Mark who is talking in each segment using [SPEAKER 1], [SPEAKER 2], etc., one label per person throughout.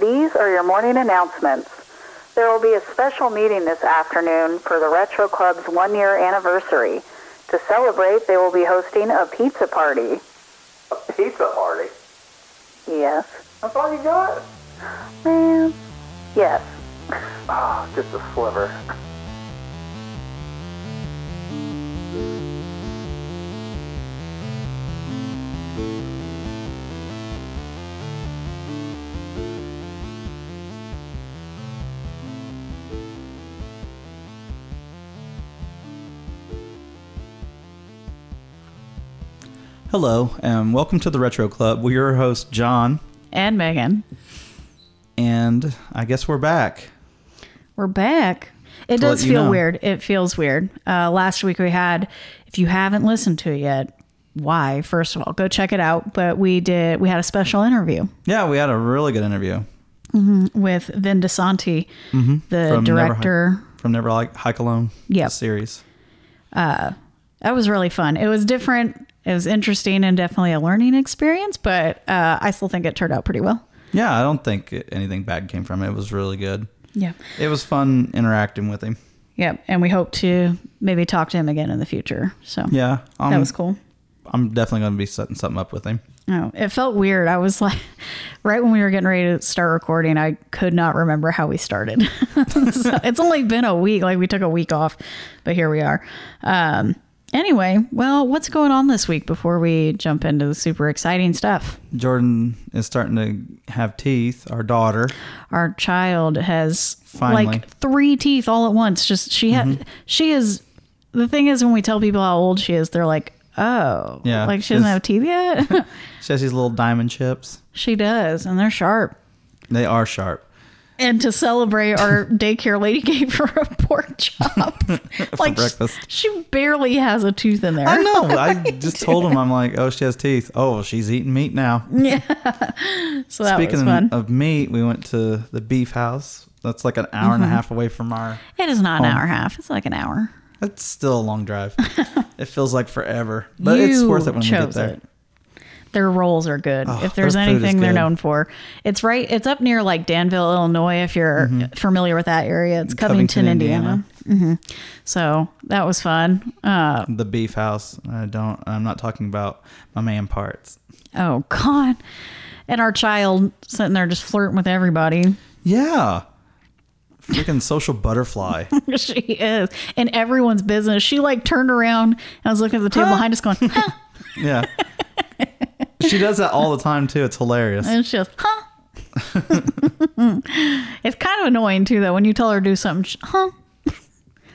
[SPEAKER 1] These are your morning announcements. There will be a special meeting this afternoon for the Retro Club's one year anniversary. To celebrate, they will be hosting a pizza party.
[SPEAKER 2] A pizza party?
[SPEAKER 1] Yes.
[SPEAKER 2] That's all you got?
[SPEAKER 1] Man. Yes.
[SPEAKER 2] Ah, just a sliver.
[SPEAKER 3] Hello, and welcome to the Retro Club. We're your host, John,
[SPEAKER 4] And Megan.
[SPEAKER 3] and I guess we're back.
[SPEAKER 4] We're back. It
[SPEAKER 3] To let
[SPEAKER 4] does
[SPEAKER 3] you
[SPEAKER 4] feel
[SPEAKER 3] know.
[SPEAKER 4] weird. It feels weird. Uh, last week we had, if you haven't listened to it yet, why? First of all, go check it out. But we did. We had a special interview
[SPEAKER 3] Yeah, we had a really good interview
[SPEAKER 4] with Vin DeSanti, the
[SPEAKER 3] Mm-hmm. Never Hi-
[SPEAKER 4] director.
[SPEAKER 3] from Never Like Hike Alone.
[SPEAKER 4] Yep.
[SPEAKER 3] series.
[SPEAKER 4] That was really fun. It was different. It was interesting and definitely a learning experience. But uh, I still think it turned out pretty well.
[SPEAKER 3] Yeah, I don't think it- anything bad came from it. It was really good.
[SPEAKER 4] Yeah.
[SPEAKER 3] It was fun interacting with him.
[SPEAKER 4] Yep. And we hope to maybe talk to him again in the future. So
[SPEAKER 3] Yeah, um,
[SPEAKER 4] that was cool.
[SPEAKER 3] I'm definitely going to be setting something up with him.
[SPEAKER 4] Oh, it felt weird. I was like, right when we were getting ready to start recording, I could not remember how we started. So, it's only been a week. Like we took a week off, but here we are. Um, anyway, well, what's going on this week before we jump into the super exciting stuff?
[SPEAKER 3] Jordan is starting to have teeth. Our daughter.
[SPEAKER 4] Our child has
[SPEAKER 3] Finally. Mm-hmm.
[SPEAKER 4] like three teeth all at once. Just she had, she is. The thing is, when we tell people how old she is, they're like, "Oh,
[SPEAKER 3] Yeah,
[SPEAKER 4] like she doesn't
[SPEAKER 3] it's-
[SPEAKER 4] have teeth yet."
[SPEAKER 3] She has these little diamond chips.
[SPEAKER 4] she does, and they're sharp.
[SPEAKER 3] They are sharp.
[SPEAKER 4] And to celebrate, our daycare lady gave her a pork chop. like
[SPEAKER 3] breakfast.
[SPEAKER 4] She, she barely has a tooth in there.
[SPEAKER 3] I know. I just told him, I'm like, oh, she has teeth. Oh, she's eating meat now.
[SPEAKER 4] So that was
[SPEAKER 3] Speaking
[SPEAKER 4] fun.
[SPEAKER 3] of meat, we went to the beef house. That's like an hour and a
[SPEAKER 4] Mm-hmm.
[SPEAKER 3] half away from our.
[SPEAKER 4] it is not an
[SPEAKER 3] home.
[SPEAKER 4] hour and a half. It's like an hour.
[SPEAKER 3] It's still a long drive. it feels like forever, but it's
[SPEAKER 4] You
[SPEAKER 3] worth it when we get
[SPEAKER 4] chose
[SPEAKER 3] there.
[SPEAKER 4] it. Their rolls are good.
[SPEAKER 3] Oh,
[SPEAKER 4] if there's
[SPEAKER 3] their food is
[SPEAKER 4] anything they're
[SPEAKER 3] good.
[SPEAKER 4] known for, it's right. It's up near like Danville, Illinois. If you're familiar with that area, it's Covington,
[SPEAKER 3] Mm-hmm. Covington,
[SPEAKER 4] Indiana. hmm So that was fun. Uh,
[SPEAKER 3] The beef house. I don't. I'm not talking about my man parts.
[SPEAKER 4] oh God! And our child sitting there just flirting with everybody.
[SPEAKER 3] Yeah, freaking social butterfly.
[SPEAKER 4] she is in everyone's business. She like turned around and I was looking at the table behind us going, huh?
[SPEAKER 3] Yeah, she does that all the time too. It's hilarious.
[SPEAKER 4] and she goes, huh? it's kind of annoying too, though, when you tell her to do something, she, huh?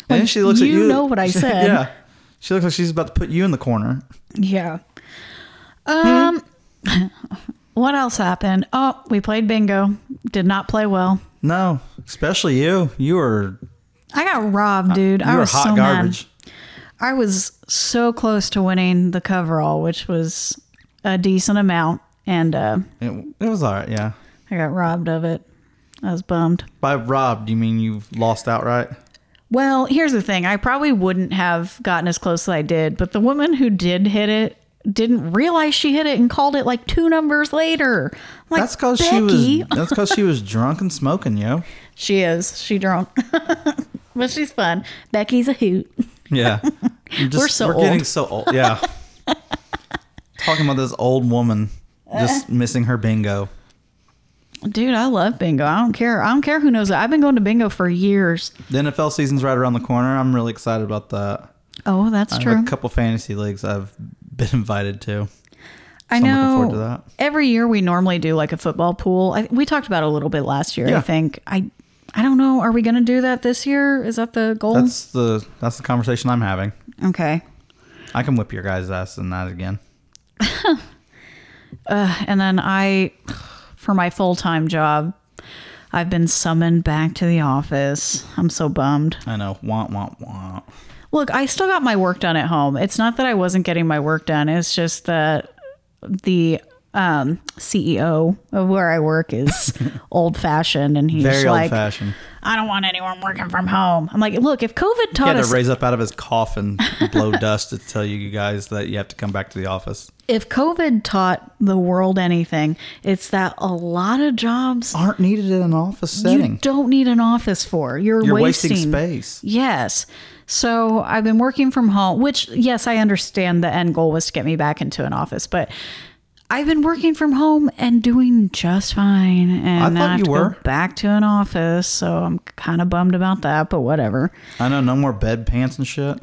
[SPEAKER 3] and she looks at
[SPEAKER 4] you
[SPEAKER 3] you.
[SPEAKER 4] know what I
[SPEAKER 3] She-
[SPEAKER 4] said.
[SPEAKER 3] Yeah, she looks like she's about to put you in the corner.
[SPEAKER 4] Yeah. Um, what else happened? Oh, we played bingo. Did not play well.
[SPEAKER 3] No, especially you. You were
[SPEAKER 4] I got robbed, dude.
[SPEAKER 3] you
[SPEAKER 4] I
[SPEAKER 3] were
[SPEAKER 4] was
[SPEAKER 3] hot
[SPEAKER 4] so
[SPEAKER 3] garbage.
[SPEAKER 4] mad. I was so close to winning the coverall, which was a decent amount, and uh,
[SPEAKER 3] It, it was all right. Yeah.
[SPEAKER 4] I got robbed of it. I was bummed.
[SPEAKER 3] By robbed, you mean you've lost outright?
[SPEAKER 4] Well, here's the thing. I probably wouldn't have gotten as close as I did, but the woman who did hit it didn't realize she hit it and called it like two numbers later. I'm Like,
[SPEAKER 3] That's because she was.
[SPEAKER 4] "Becky."
[SPEAKER 3] That's because she was drunk and smoking, yo.
[SPEAKER 4] She is. She drunk. but she's fun. Becky's a hoot.
[SPEAKER 3] Yeah, Just-
[SPEAKER 4] We're so
[SPEAKER 3] getting
[SPEAKER 4] old.
[SPEAKER 3] so old. Yeah, talking about this old woman
[SPEAKER 4] Uh-huh.
[SPEAKER 3] just missing her bingo.
[SPEAKER 4] Dude, I love bingo. I don't care. I don't care who knows it. I've been going to bingo for years.
[SPEAKER 3] The NFL season's right around the corner. I'm really excited about that.
[SPEAKER 4] Oh, that's
[SPEAKER 3] I
[SPEAKER 4] true. Oh.
[SPEAKER 3] have a couple fantasy leagues I've been invited to.
[SPEAKER 4] I
[SPEAKER 3] so
[SPEAKER 4] know.
[SPEAKER 3] I'm looking forward to that.
[SPEAKER 4] Every year we normally do like a football pool. I, we talked about it a little bit last year.
[SPEAKER 3] Yeah.
[SPEAKER 4] I think I, I don't know. Are we going to do that this year? Is that the goal?
[SPEAKER 3] That's the that's the conversation I'm having.
[SPEAKER 4] okay.
[SPEAKER 3] I can whip your guys' ass in that again.
[SPEAKER 4] And then I, for my full time job, I've been summoned back to the office. I'm so bummed.
[SPEAKER 3] I know. Want want want.
[SPEAKER 4] Look, I still got my work done at home. It's not that I wasn't getting my work done, it's just that the um, CEO of where I work is old fashioned, and he's
[SPEAKER 3] Very
[SPEAKER 4] like,
[SPEAKER 3] old fashioned.
[SPEAKER 4] "I don't want anyone working from home." I'm like, "Look, if COVID
[SPEAKER 3] He
[SPEAKER 4] taught
[SPEAKER 3] had
[SPEAKER 4] us
[SPEAKER 3] to raise up out of his coffin, and blow dust to tell you guys that you have to come back to the office.
[SPEAKER 4] if COVID taught the world anything, it's that a lot of jobs
[SPEAKER 3] Aren't needed in an office setting.
[SPEAKER 4] you don't need an office for. You're,
[SPEAKER 3] You're wasting space.
[SPEAKER 4] Yes. So I've been working from home, which, yes, I understand the end goal was to get me back into an office, but I've been working from home and doing just fine. And
[SPEAKER 3] I
[SPEAKER 4] now
[SPEAKER 3] thought
[SPEAKER 4] I have
[SPEAKER 3] you
[SPEAKER 4] to
[SPEAKER 3] were.
[SPEAKER 4] go back to an office. So I'm kind of bummed about that, but whatever.
[SPEAKER 3] I know, no more bed pants and shit.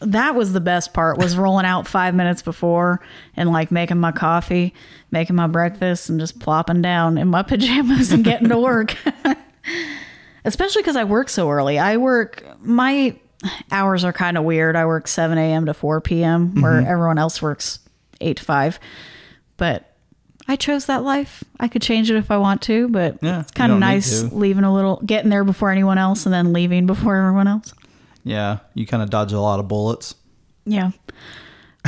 [SPEAKER 4] That was the best part was rolling out five minutes before and like making my coffee, making my breakfast, and just plopping down in my pajamas and getting to work. especially because I work so early. I work my hours are kind of weird. I work seven a.m. to four p.m. where
[SPEAKER 3] Mm-hmm.
[SPEAKER 4] everyone else works eight to five, but I chose that life. I could change it if I want to, but
[SPEAKER 3] Yeah,
[SPEAKER 4] it's
[SPEAKER 3] you
[SPEAKER 4] kind of
[SPEAKER 3] don't need
[SPEAKER 4] nice
[SPEAKER 3] to.
[SPEAKER 4] leaving a little, getting there before anyone else, and then leaving before everyone else.
[SPEAKER 3] Yeah, you kind of dodge a lot of bullets.
[SPEAKER 4] Yeah,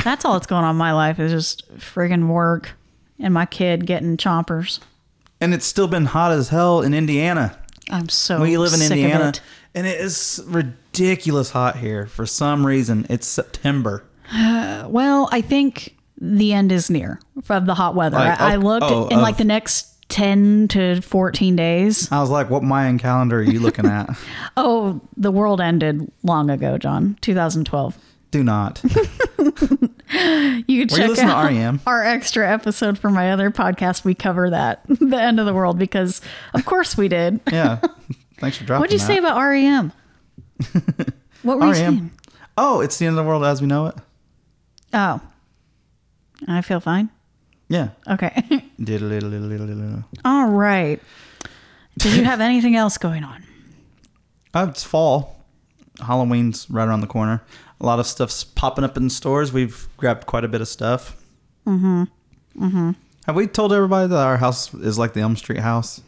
[SPEAKER 4] that's all that's going on in my life is just friggin' work and my kid getting chompers.
[SPEAKER 3] And it's still been hot as hell in Indiana.
[SPEAKER 4] I'm so
[SPEAKER 3] We live in
[SPEAKER 4] Oh, sick of
[SPEAKER 3] Indiana,
[SPEAKER 4] it.
[SPEAKER 3] and it is ridiculous hot here. For some reason, it's September.
[SPEAKER 4] Well, I think the end is near of the hot weather.
[SPEAKER 3] Like,
[SPEAKER 4] I, I
[SPEAKER 3] oh,
[SPEAKER 4] looked
[SPEAKER 3] oh,
[SPEAKER 4] in like
[SPEAKER 3] of-
[SPEAKER 4] the next 10 to 14 days.
[SPEAKER 3] I was like, "What Mayan calendar are you looking at?"
[SPEAKER 4] Oh, the world ended long ago, John, 2012.
[SPEAKER 3] Do not.
[SPEAKER 4] You can
[SPEAKER 3] Were you
[SPEAKER 4] check
[SPEAKER 3] listening to E
[SPEAKER 4] out
[SPEAKER 3] R.E.M.?
[SPEAKER 4] our extra episode for my other podcast. We cover that, the end of the world, because of course we did.
[SPEAKER 3] Yeah. Thanks for dropping.
[SPEAKER 4] What'd you
[SPEAKER 3] that.
[SPEAKER 4] say about REM? What were you saying?
[SPEAKER 3] R.E.M.? Oh, it's the end of the world as we know it.
[SPEAKER 4] Oh, I feel fine.
[SPEAKER 3] Yeah.
[SPEAKER 4] Okay.
[SPEAKER 3] Diddle-diddle-diddle-diddle.
[SPEAKER 4] All right. Did you have anything else going on?
[SPEAKER 3] Uh, it's fall. Halloween's right around the corner. A lot of stuff's popping up in stores. We've grabbed quite a bit of stuff. Mm-hmm. Mm-hmm.
[SPEAKER 4] Mm-hmm.
[SPEAKER 3] Have we told everybody that our house is like the Elm Street house?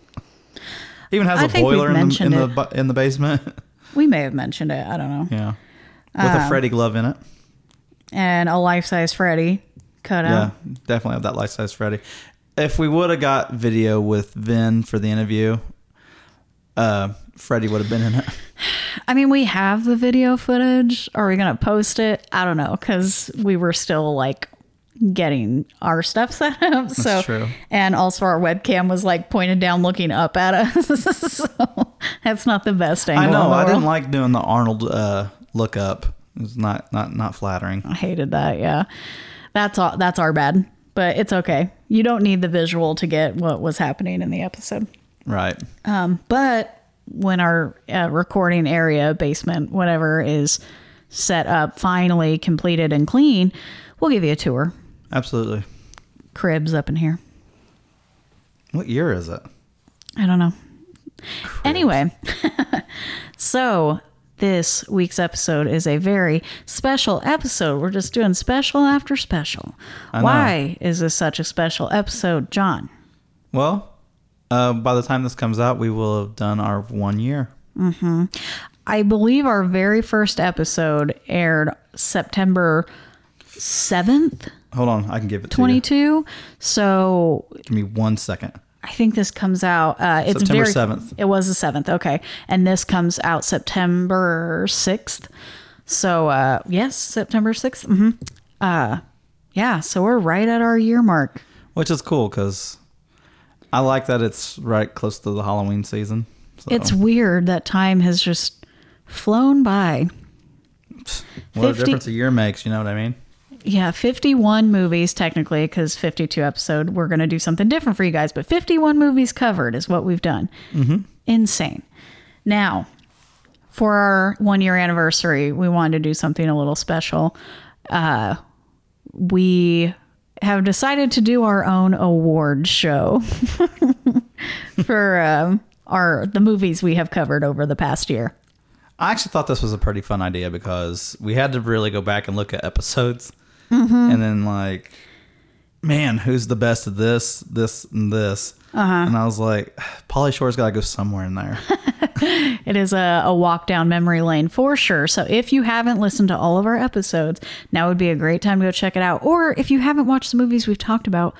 [SPEAKER 3] Even has
[SPEAKER 4] I
[SPEAKER 3] a
[SPEAKER 4] think we've
[SPEAKER 3] boiler in the in
[SPEAKER 4] mentioned
[SPEAKER 3] the,
[SPEAKER 4] it.
[SPEAKER 3] bu- in the basement.
[SPEAKER 4] We may have mentioned it. I don't know.
[SPEAKER 3] yeah, with
[SPEAKER 4] Um,
[SPEAKER 3] a Freddy glove in it.
[SPEAKER 4] and a life size Freddy cut
[SPEAKER 3] Yeah,
[SPEAKER 4] out.
[SPEAKER 3] definitely have that life size Freddy. If we would have got video with Vin for the interview, uh, Freddy would have been in it.
[SPEAKER 4] I mean, we have the video footage. Are we going to post it? I don't know because we were still like getting our stuff set up. So,
[SPEAKER 3] true.
[SPEAKER 4] and also our webcam was like pointed down looking up at us. so that's not the best angle.
[SPEAKER 3] I know. I didn't
[SPEAKER 4] like-
[SPEAKER 3] like doing the Arnold uh, lookup. It was not not not flattering.
[SPEAKER 4] I hated that. Yeah. That's all. That's our bad, but it's okay. You don't need the visual to get what was happening in the episode.
[SPEAKER 3] Right.
[SPEAKER 4] But when our uh, recording area, basement, whatever, is set up, finally completed and clean, we'll give you a tour.
[SPEAKER 3] Absolutely.
[SPEAKER 4] Cribs up in here.
[SPEAKER 3] What year is it?
[SPEAKER 4] I don't know. Anyway, so this week's episode is a very special episode. We're just doing special after special.
[SPEAKER 3] know.
[SPEAKER 4] Why is this such a special episode, John?
[SPEAKER 3] Well, uh, by the time this comes out, we will have done our one year.
[SPEAKER 4] I believe our very first episode aired September 7th,
[SPEAKER 3] Hold on, I can give it to
[SPEAKER 4] 22. So
[SPEAKER 3] you. Give me one second.
[SPEAKER 4] I think this comes out. Uh, it's
[SPEAKER 3] September
[SPEAKER 4] very,
[SPEAKER 3] 7th.
[SPEAKER 4] It was the seventh. Okay, and this comes out September sixth. So uh, yes, September 6th Mm-hmm. Uh, yeah. So we're right at our year mark.
[SPEAKER 3] Which is cool because I like that it's right close to the Halloween season. So
[SPEAKER 4] It's weird that time has just flown by.
[SPEAKER 3] what
[SPEAKER 4] 50
[SPEAKER 3] a difference a year makes. You know what I mean?
[SPEAKER 4] Yeah, 51 movies technically, because 52 episode, we're going to do something different for you guys, but 51 movies covered is what we've done. Mm-hmm. Insane. Now, for our one year anniversary, we wanted to do something a little special. Uh, we have decided to do our own award show for um, our the movies we have covered over the past year.
[SPEAKER 3] I actually thought this was a pretty fun idea because we had to really go back and look at episodes
[SPEAKER 4] Mm-hmm.
[SPEAKER 3] and then like man who's the best at this this and this
[SPEAKER 4] Uh-huh.
[SPEAKER 3] and i was like polly shore's got to go somewhere in there
[SPEAKER 4] It is a, a walk down memory lane for sure. So if you haven't listened to all of our episodes, now would be a great time to go check it out. Or if you haven't watched the movies we've talked about,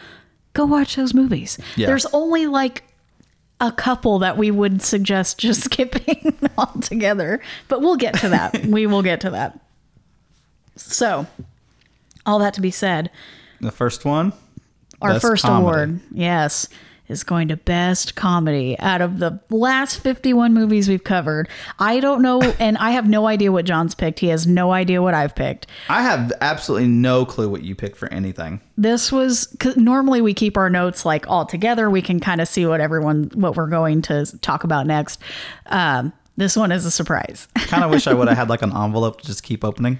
[SPEAKER 4] go watch those movies.
[SPEAKER 3] Yeah.
[SPEAKER 4] There's only like a couple that we would suggest just skipping altogether, but we'll get to that. we will get to that. So, all that to be said,
[SPEAKER 3] The first one,
[SPEAKER 4] our
[SPEAKER 3] Best
[SPEAKER 4] first
[SPEAKER 3] comedy.
[SPEAKER 4] award, yes, is going to best comedy out of the last 51 movies we've covered. I don't know, and I have no idea what John's picked. He has no idea what I've picked.
[SPEAKER 3] I have absolutely no clue what you pick for anything.
[SPEAKER 4] This was 'cause normally we keep our notes like all together. We can kind of see what everyone, what we're going to talk about next. Um, this one is a surprise.
[SPEAKER 3] Kind of wish I would have had like an envelope to just keep opening.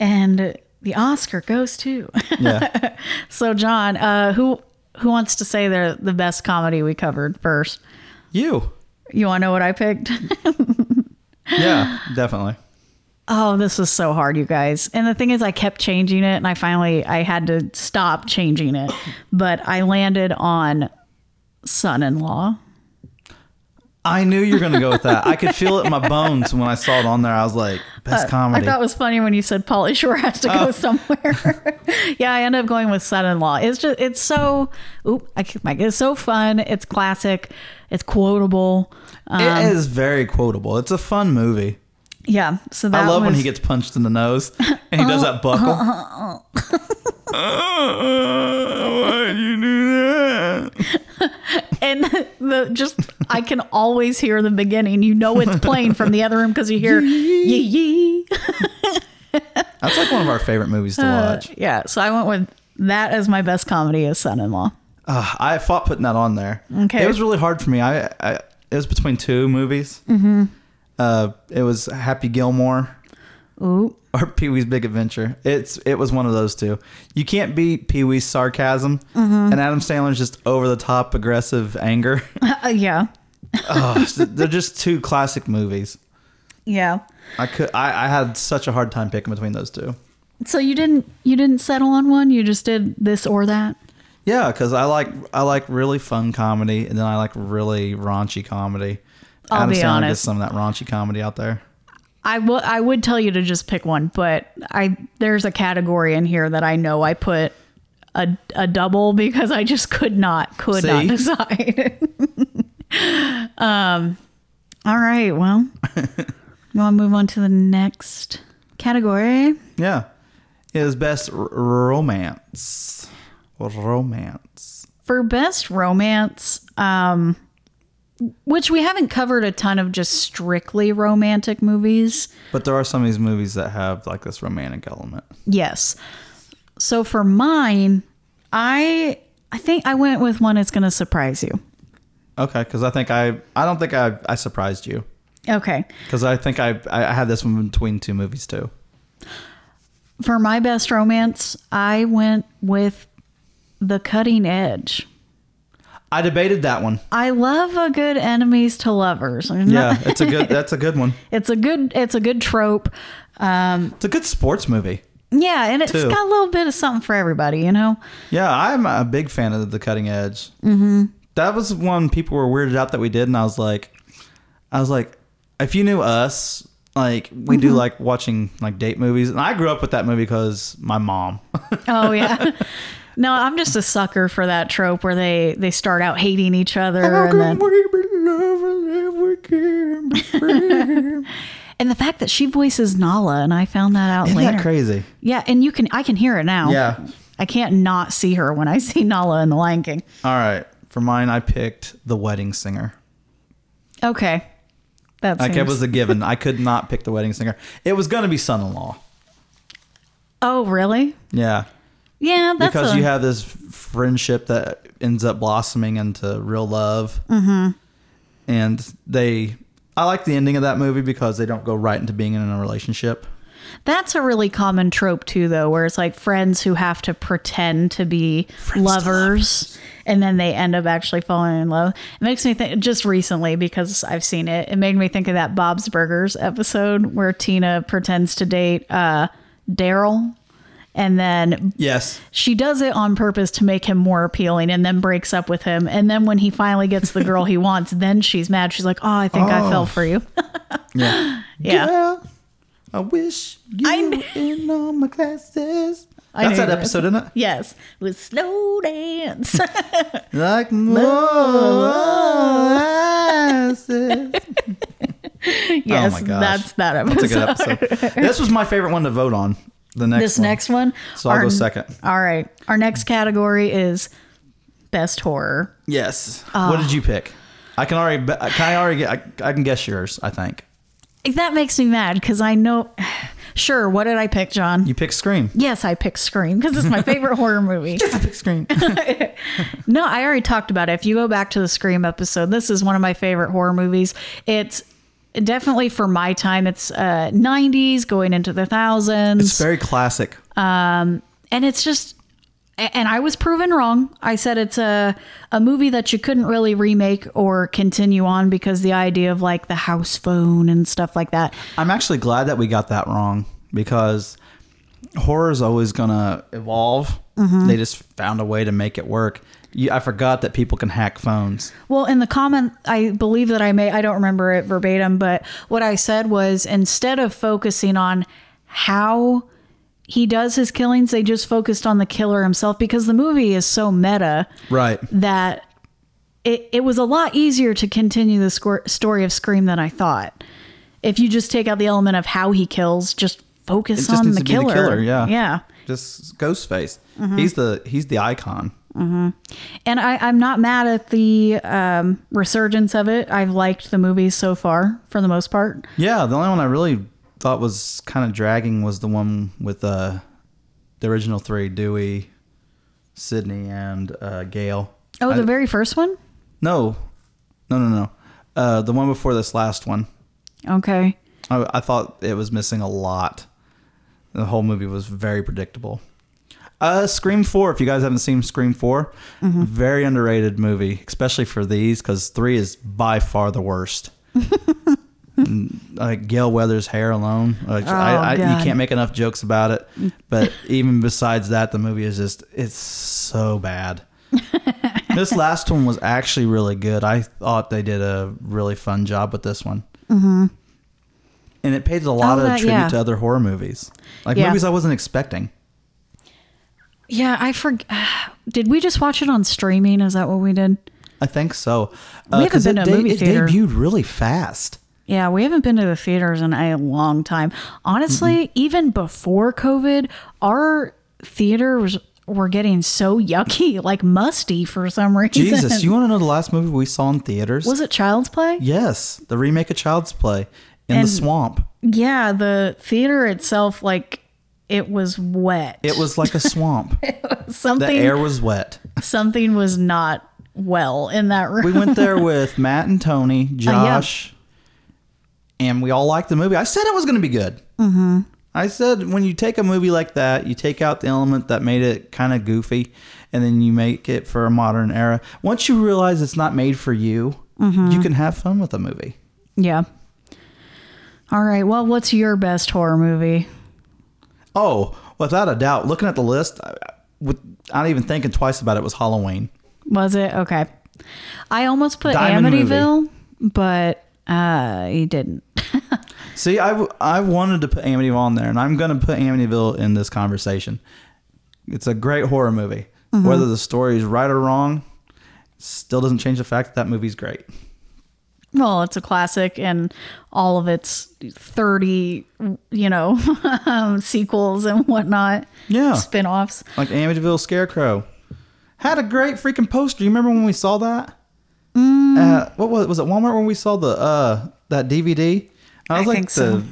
[SPEAKER 4] And the Oscar goes to.
[SPEAKER 3] Yeah.
[SPEAKER 4] So, John, uh, who who wants to say they're the best comedy we covered first?
[SPEAKER 3] You.
[SPEAKER 4] You want to know what I picked?
[SPEAKER 3] Yeah, definitely.
[SPEAKER 4] oh, this was so hard, you guys. And the thing is, I kept changing it, and I finally I had to stop changing it. But I landed on son-in-law.
[SPEAKER 3] I knew you were going to go with that. I could feel it in my bones when I saw it on there. I was like, best comedy.
[SPEAKER 4] Uh, I thought it was funny when you said Polly Shore has to
[SPEAKER 3] Oh.
[SPEAKER 4] go somewhere. yeah, I end up going with son-in-law. It's just it's so oop, I kicked my it's so fun. It's classic. It's quotable. um,
[SPEAKER 3] it is very quotable. It's a fun movie.
[SPEAKER 4] Yeah. So that
[SPEAKER 3] I love when
[SPEAKER 4] was-
[SPEAKER 3] he gets punched in the nose and he does that buckle. why'd you do that?
[SPEAKER 4] and the just I can always hear the beginning. You know it's playing from the other room because you hear yee yee.
[SPEAKER 3] That's like one of our favorite movies to
[SPEAKER 4] Uh,
[SPEAKER 3] watch.
[SPEAKER 4] Yeah. So I went with that as my best comedy as son-in-law.
[SPEAKER 3] Uh, I fought putting that on there.
[SPEAKER 4] Okay.
[SPEAKER 3] It was really hard for me. I, I it was between two movies. Mm-hmm. Uh, it was Happy Gilmore
[SPEAKER 4] Ooh.
[SPEAKER 3] or Pee Wee's Big Adventure. It's it was one of those two. You can't beat Pee Wee's sarcasm and Adam Sandler's just over the top aggressive anger.
[SPEAKER 4] Uh, yeah.
[SPEAKER 3] Ugh, they're just two classic movies.
[SPEAKER 4] Yeah.
[SPEAKER 3] I could I, I had such a hard time picking between those two.
[SPEAKER 4] So you didn't you didn't settle on one. You just did this or that.
[SPEAKER 3] Yeah, because I like I like really fun comedy, and then I like really raunchy comedy.
[SPEAKER 4] I'll
[SPEAKER 3] Adam
[SPEAKER 4] be
[SPEAKER 3] Sandler gets
[SPEAKER 4] honest.
[SPEAKER 3] some of that raunchy comedy out there.
[SPEAKER 4] I will. I would tell you to just pick one, but I there's a category in here that I know I put a a double because I just could not could not
[SPEAKER 3] See?
[SPEAKER 4] decide. um. All right. Well, you want to move on to the next category?
[SPEAKER 3] Yeah, is best r- romance. Romance.
[SPEAKER 4] for best romance um which we haven't covered a ton of just strictly romantic movies
[SPEAKER 3] But there are some of these movies that have like this romantic element.
[SPEAKER 4] yes so for mine i i think i went with one that's going to surprise you
[SPEAKER 3] Okay, because I think I I don't think I I surprised you
[SPEAKER 4] okay
[SPEAKER 3] because I think I I had this one between two movies too.
[SPEAKER 4] for my best romance i went with the cutting edge
[SPEAKER 3] I debated that one.
[SPEAKER 4] i love a good enemies to lovers I'm
[SPEAKER 3] Yeah,
[SPEAKER 4] not-
[SPEAKER 3] it's a good that's a good one.
[SPEAKER 4] it's a good it's a good trope
[SPEAKER 3] It's a good sports movie.
[SPEAKER 4] yeah and it's
[SPEAKER 3] Two.
[SPEAKER 4] got a little bit of something for everybody you know
[SPEAKER 3] Yeah, I'm a big fan of the cutting edge. Mm-hmm. That was one people were weirded out that we did, and I was like, I was like, if you knew us, like we do like watching like date movies, and I grew up with that movie because my mom.
[SPEAKER 4] Oh yeah. No, I'm just a sucker for that trope where they they start out hating each other and then and the fact that she voices Nala and I found that out
[SPEAKER 3] Isn't
[SPEAKER 4] later.
[SPEAKER 3] that crazy?
[SPEAKER 4] Yeah, and you can I can hear it now.
[SPEAKER 3] Yeah.
[SPEAKER 4] I can't not see her when I see Nala in The Lion King.
[SPEAKER 3] All right, for mine, I picked The Wedding Singer.
[SPEAKER 4] Okay. That's
[SPEAKER 3] Like it was a given. I could not pick The Wedding Singer. It was gonna be Son-in-Law.
[SPEAKER 4] Oh, really?
[SPEAKER 3] Yeah,
[SPEAKER 4] Yeah, that's
[SPEAKER 3] because
[SPEAKER 4] a,
[SPEAKER 3] you have this friendship that ends up blossoming into real love. Mm-hmm. And they, I like the ending of that movie because they don't go right into being in a relationship.
[SPEAKER 4] That's a really common trope too, though, where it's like friends who have to pretend to be lovers, and then they end up actually falling in love. It makes me think just recently because I've seen it. It made me think of that Bob's Burgers episode where Tina pretends to date uh, Daryl, and then
[SPEAKER 3] Yes.
[SPEAKER 4] she does it on purpose to make him more appealing, and then breaks up with him. And then when he finally gets the girl he wants, then she's mad. She's like, "Oh, I think I fell for you."
[SPEAKER 3] Yeah.
[SPEAKER 4] yeah.
[SPEAKER 3] I wish you
[SPEAKER 4] I
[SPEAKER 3] were
[SPEAKER 4] kn-
[SPEAKER 3] in all my classes.
[SPEAKER 4] I
[SPEAKER 3] That's
[SPEAKER 4] knew
[SPEAKER 3] that
[SPEAKER 4] that.
[SPEAKER 3] episode, isn't it?
[SPEAKER 4] Yes, with slow dance.
[SPEAKER 3] Like molasses.
[SPEAKER 4] yes,
[SPEAKER 3] oh my gosh.
[SPEAKER 4] that's that episode.
[SPEAKER 3] That's a good episode. this was my favorite one to vote on. The next
[SPEAKER 4] this
[SPEAKER 3] one.
[SPEAKER 4] next one.
[SPEAKER 3] So I'll go second.
[SPEAKER 4] All right. Our next category is best horror.
[SPEAKER 3] Yes. what did you pick? I can already. be- Can I already? Get, I, I can guess yours. I think
[SPEAKER 4] That makes me mad because I know. Sure. What did I pick, John?
[SPEAKER 3] you picked Scream.
[SPEAKER 4] yes, I picked Scream because it's my favorite horror movie.
[SPEAKER 3] I picked Scream.
[SPEAKER 4] No, I already talked about it. If you go back to the Scream episode, this is one of my favorite horror movies. It's definitely for my time. It's uh, 90s going into the thousands.
[SPEAKER 3] it's very classic.
[SPEAKER 4] and it's just a- and I was proven wrong. I said it's a a movie that you couldn't really remake or continue on because the idea of like the house phone and stuff like that.
[SPEAKER 3] I'm actually glad that we got that wrong because horror is always gonna evolve. They just found a way to make it work. You, I forgot that people can hack phones.
[SPEAKER 4] Well, in the comment, I believe that I may I don't remember it verbatim, but what I said was instead of focusing on how he does his killings, they just focused on the killer himself because the movie is so meta.
[SPEAKER 3] Right.
[SPEAKER 4] that it, it was a lot easier to continue the scor- story of Scream than I thought. If you just take out the element of how he kills, just focus
[SPEAKER 3] It just
[SPEAKER 4] on
[SPEAKER 3] needs to
[SPEAKER 4] the,
[SPEAKER 3] be
[SPEAKER 4] killer.
[SPEAKER 3] the killer. Yeah. Mm-hmm.
[SPEAKER 4] Yeah.
[SPEAKER 3] Just Ghostface. He's the he's the icon.
[SPEAKER 4] And I, I'm not mad at the um, resurgence of it. I've liked the movies so far for the most part.
[SPEAKER 3] Yeah. The only one I really thought was kind of dragging was the one with uh, the original three: Dewey, Sydney, and uh, Gail.
[SPEAKER 4] Oh,
[SPEAKER 3] I-
[SPEAKER 4] the very first one?
[SPEAKER 3] No, no, no, no. Uh, the one before this last one.
[SPEAKER 4] Okay.
[SPEAKER 3] I, I thought it was missing a lot. The whole movie was very predictable. Uh, Scream Four. If you guys haven't seen Scream 4 very underrated movie, especially for these, because three is by far the worst. Mm, like Gail Weathers' hair alone, like, I, I,
[SPEAKER 4] God.
[SPEAKER 3] you can't make enough jokes about it. But even besides that, the movie is just—it's so bad. this last one was actually really good. I thought they did a really fun job with this one. Mm-hmm. And it pays a lot
[SPEAKER 4] Oh,
[SPEAKER 3] of
[SPEAKER 4] that-
[SPEAKER 3] tribute
[SPEAKER 4] yeah.
[SPEAKER 3] to other horror movies, like
[SPEAKER 4] Yeah.
[SPEAKER 3] movies I wasn't expecting.
[SPEAKER 4] Yeah, I forg Did we just watch it on streaming? Is that what we did?
[SPEAKER 3] I think so. Uh,
[SPEAKER 4] haven't
[SPEAKER 3] 'cause
[SPEAKER 4] been
[SPEAKER 3] it
[SPEAKER 4] to a movie
[SPEAKER 3] it
[SPEAKER 4] theater.
[SPEAKER 3] debuted really fast.
[SPEAKER 4] Yeah, we haven't been to the theaters in a long time. Honestly,
[SPEAKER 3] Mm-hmm.
[SPEAKER 4] even before COVID, our theaters were getting so yucky, like musty for some reason.
[SPEAKER 3] Jesus, you want to know the last movie we saw in theaters?
[SPEAKER 4] was it Child's Play?
[SPEAKER 3] yes, the remake of Child's Play in the
[SPEAKER 4] And-
[SPEAKER 3] swamp.
[SPEAKER 4] Yeah, the theater itself, like it was wet.
[SPEAKER 3] It was like a swamp. the
[SPEAKER 4] something.
[SPEAKER 3] air was wet.
[SPEAKER 4] something was not well in that room.
[SPEAKER 3] We went there with Matt and Tony, Josh, and we all liked the movie. I said it was going to be good. Mm-hmm. I said when you take a movie like that, you take out the element that made it kind of goofy, and then you make it for a modern era. Once you realize it's not made for you, you can have fun with the movie.
[SPEAKER 4] yeah. All right. Well, what's your best horror movie?
[SPEAKER 3] Oh, without a doubt. Looking at the list, I, I- with, not even thinking twice about it, was Halloween.
[SPEAKER 4] Was it okay? I almost put
[SPEAKER 3] Diamond movie.
[SPEAKER 4] Amityville, but uh, he didn't.
[SPEAKER 3] See, I, w- I wanted to put Amityville on there, and I'm going to put Amityville in this conversation. It's a great horror movie.
[SPEAKER 4] Mm-hmm.
[SPEAKER 3] Whether the story is right or wrong, still doesn't change the fact that that movie's great.
[SPEAKER 4] Well, it's a classic, and all of its thirty, you know, um, sequels and whatnot,
[SPEAKER 3] Yeah.
[SPEAKER 4] spin-offs.
[SPEAKER 3] Like Amityville Scarecrow had a great freaking poster. You remember when we saw that?
[SPEAKER 4] Mm.
[SPEAKER 3] Uh, what was it? Was it Walmart when we saw the uh that DVD? I was
[SPEAKER 4] I
[SPEAKER 3] like
[SPEAKER 4] think
[SPEAKER 3] the
[SPEAKER 4] so.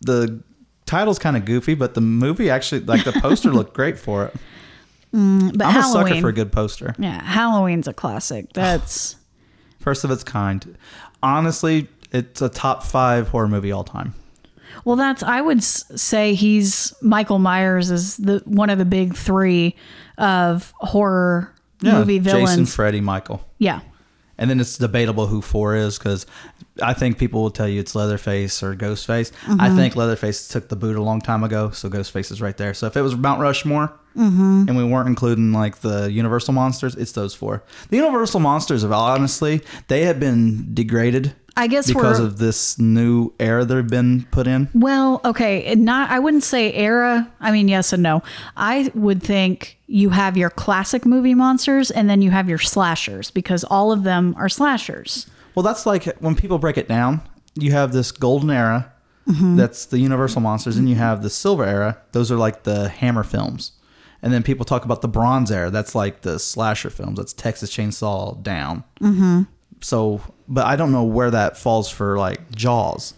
[SPEAKER 3] the title's kind of goofy, but the movie actually like the poster looked great for it.
[SPEAKER 4] But
[SPEAKER 3] I'm
[SPEAKER 4] Halloween,
[SPEAKER 3] a sucker for a good poster.
[SPEAKER 4] yeah, Halloween's a classic. That's
[SPEAKER 3] First of its kind. Honestly, it's a top five horror movie all time.
[SPEAKER 4] well, that's I would s- say he's Michael Myers is the one of the big three of horror movie villains.
[SPEAKER 3] Jason, Freddy, Michael.
[SPEAKER 4] yeah,
[SPEAKER 3] And then it's debatable who four is because I think people will tell you it's Leatherface or Ghostface.
[SPEAKER 4] Mm-hmm.
[SPEAKER 3] I think Leatherface took the boot a long time ago, so Ghostface is right there. So if it was Mount Rushmore
[SPEAKER 4] Mm-hmm.
[SPEAKER 3] and we weren't including like the Universal monsters, it's those four. The Universal monsters have honestly they have been degraded
[SPEAKER 4] I guess
[SPEAKER 3] because
[SPEAKER 4] we're
[SPEAKER 3] of this new era they've been put in.
[SPEAKER 4] well, okay, and not I wouldn't say era. I mean, yes and no. I would think you have your classic movie monsters and then you have your slashers because all of them are slashers.
[SPEAKER 3] Well, that's like when people break it down, you have this golden era
[SPEAKER 4] Mm-hmm.
[SPEAKER 3] that's the Universal Monsters, and you have the silver era. Those are like the Hammer films. And then people talk about the bronze era. That's like the slasher films. That's Texas Chainsaw Down. Mm-hmm. So, but I don't know where that falls for like Jaws.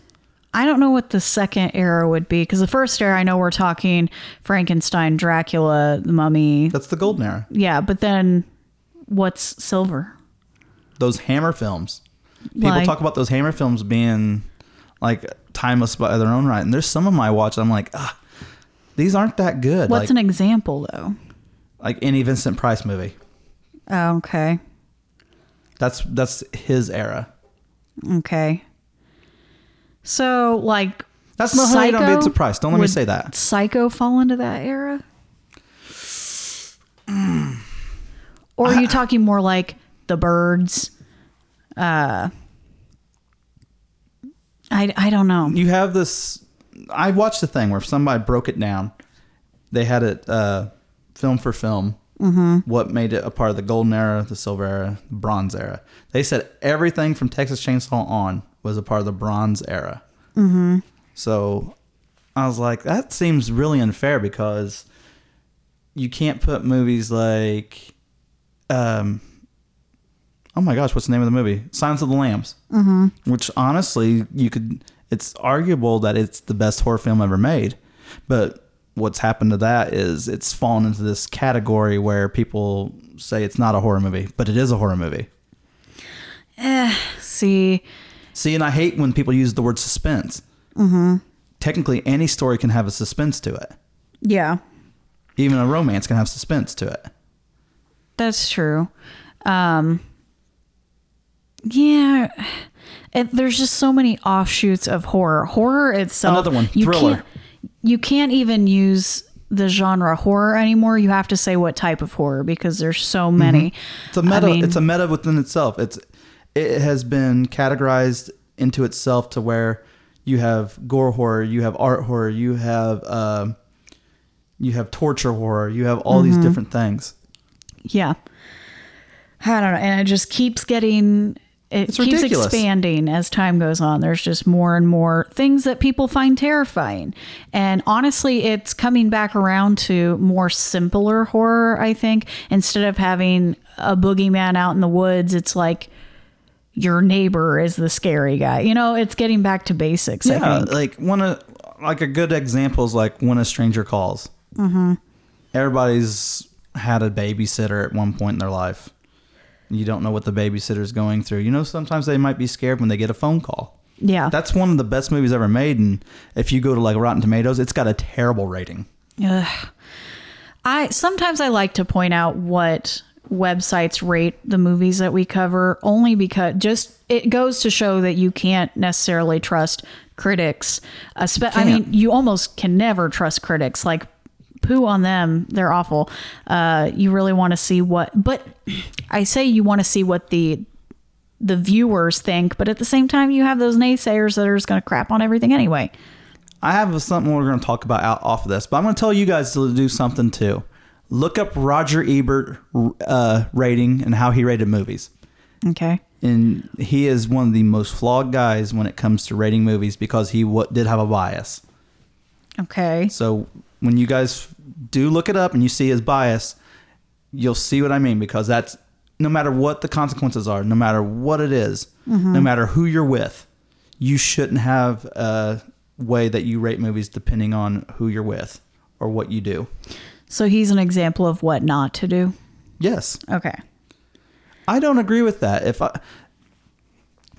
[SPEAKER 4] I don't know what the second era would be because the first era I know we're talking Frankenstein, Dracula, the Mummy.
[SPEAKER 3] That's the golden era.
[SPEAKER 4] Yeah, but then what's silver?
[SPEAKER 3] Those Hammer films. People
[SPEAKER 4] Like-
[SPEAKER 3] talk about those Hammer films being like timeless by their own right. And there's some of my watch. I'm like, ah, these aren't that good.
[SPEAKER 4] What's an
[SPEAKER 3] like,
[SPEAKER 4] example though?
[SPEAKER 3] like any Vincent Price movie.
[SPEAKER 4] Oh, okay.
[SPEAKER 3] That's that's his era.
[SPEAKER 4] Okay. So like
[SPEAKER 3] That's not how you don't get surprised. Don't let me
[SPEAKER 4] would
[SPEAKER 3] say that.
[SPEAKER 4] Psycho fall into that era? or are you talking more like the birds? Uh I I don't know.
[SPEAKER 3] You have this. I watched a thing where somebody broke it down. They had it uh, film for film. Mm-hmm. What made it a part of the golden era, the silver era, the bronze era? They said everything from Texas Chainsaw on was a part of the bronze era. Mm-hmm. So I was like, that seems really unfair because you can't put movies like, um, oh my gosh, what's the name of the movie? Silence of the Lambs. Mm-hmm. Which honestly, you could. It's arguable that it's the best horror film ever made, but what's happened to that is it's fallen into this category where people say it's not a horror movie, but it is a horror movie.
[SPEAKER 4] See,
[SPEAKER 3] See, and I hate when people use the word suspense. Mm-hmm. Technically, any story can have a suspense to it.
[SPEAKER 4] yeah,
[SPEAKER 3] Even a romance can have suspense to it.
[SPEAKER 4] that's true. Um Yeah, it, there's just so many offshoots of horror. Horror itself.
[SPEAKER 3] Another one,
[SPEAKER 4] you
[SPEAKER 3] thriller.
[SPEAKER 4] Can't, you can't even use the genre horror anymore. You have to say what type of horror because there's so
[SPEAKER 3] Mm-hmm.
[SPEAKER 4] many.
[SPEAKER 3] It's a meta.
[SPEAKER 4] I mean-
[SPEAKER 3] it's a meta within itself. It's it has been categorized into itself to where you have gore horror, you have art horror, you have um, you have torture horror, you have all
[SPEAKER 4] Mm-hmm.
[SPEAKER 3] these different things.
[SPEAKER 4] Yeah. I don't know. And it just keeps getting, it
[SPEAKER 3] It's
[SPEAKER 4] keeps
[SPEAKER 3] ridiculous.
[SPEAKER 4] expanding as time goes on. There's just more and more things that people find terrifying. And honestly, it's coming back around to more simpler horror, I think. Instead of having a boogeyman out in the woods, it's like your neighbor is the scary guy. You know, it's getting back to basics, I
[SPEAKER 3] Yeah,
[SPEAKER 4] think.
[SPEAKER 3] like one of like a good example is like when a stranger calls. Mm-hmm. Everybody's had a babysitter at one point in their life. You don't know what the babysitter's going through. You know, sometimes they might be scared when they get a phone call.
[SPEAKER 4] Yeah.
[SPEAKER 3] That's one of the best movies ever made, and if you go to like Rotten Tomatoes, it's got a terrible rating.
[SPEAKER 4] Ugh. I sometimes I like to point out what websites rate the movies that we cover only because just it goes to show that you can't necessarily trust critics. Espe- I mean, you almost can never trust critics. Like poo on them, they're awful. Uh, you really want to see what, but I say you want to see what the the viewers think, but at the same time, you have those naysayers that are just going to crap on everything anyway.
[SPEAKER 3] I have something we're going to talk about out off of this, but I'm going to tell you guys to do something too. Look up Roger Ebert uh, rating and how he rated movies.
[SPEAKER 4] Okay.
[SPEAKER 3] and he is one of the most flawed guys when it comes to rating movies because he w- did have a bias.
[SPEAKER 4] Okay.
[SPEAKER 3] So when you guys do look it up and you see his bias, you'll see what I mean because that's no matter what the consequences are, no matter what it is, no matter who you're with, you shouldn't have a way that you rate movies depending on who you're with or what you do.
[SPEAKER 4] So he's an example of what not to do.
[SPEAKER 3] Yes.
[SPEAKER 4] Okay.
[SPEAKER 3] I don't agree with that. If I,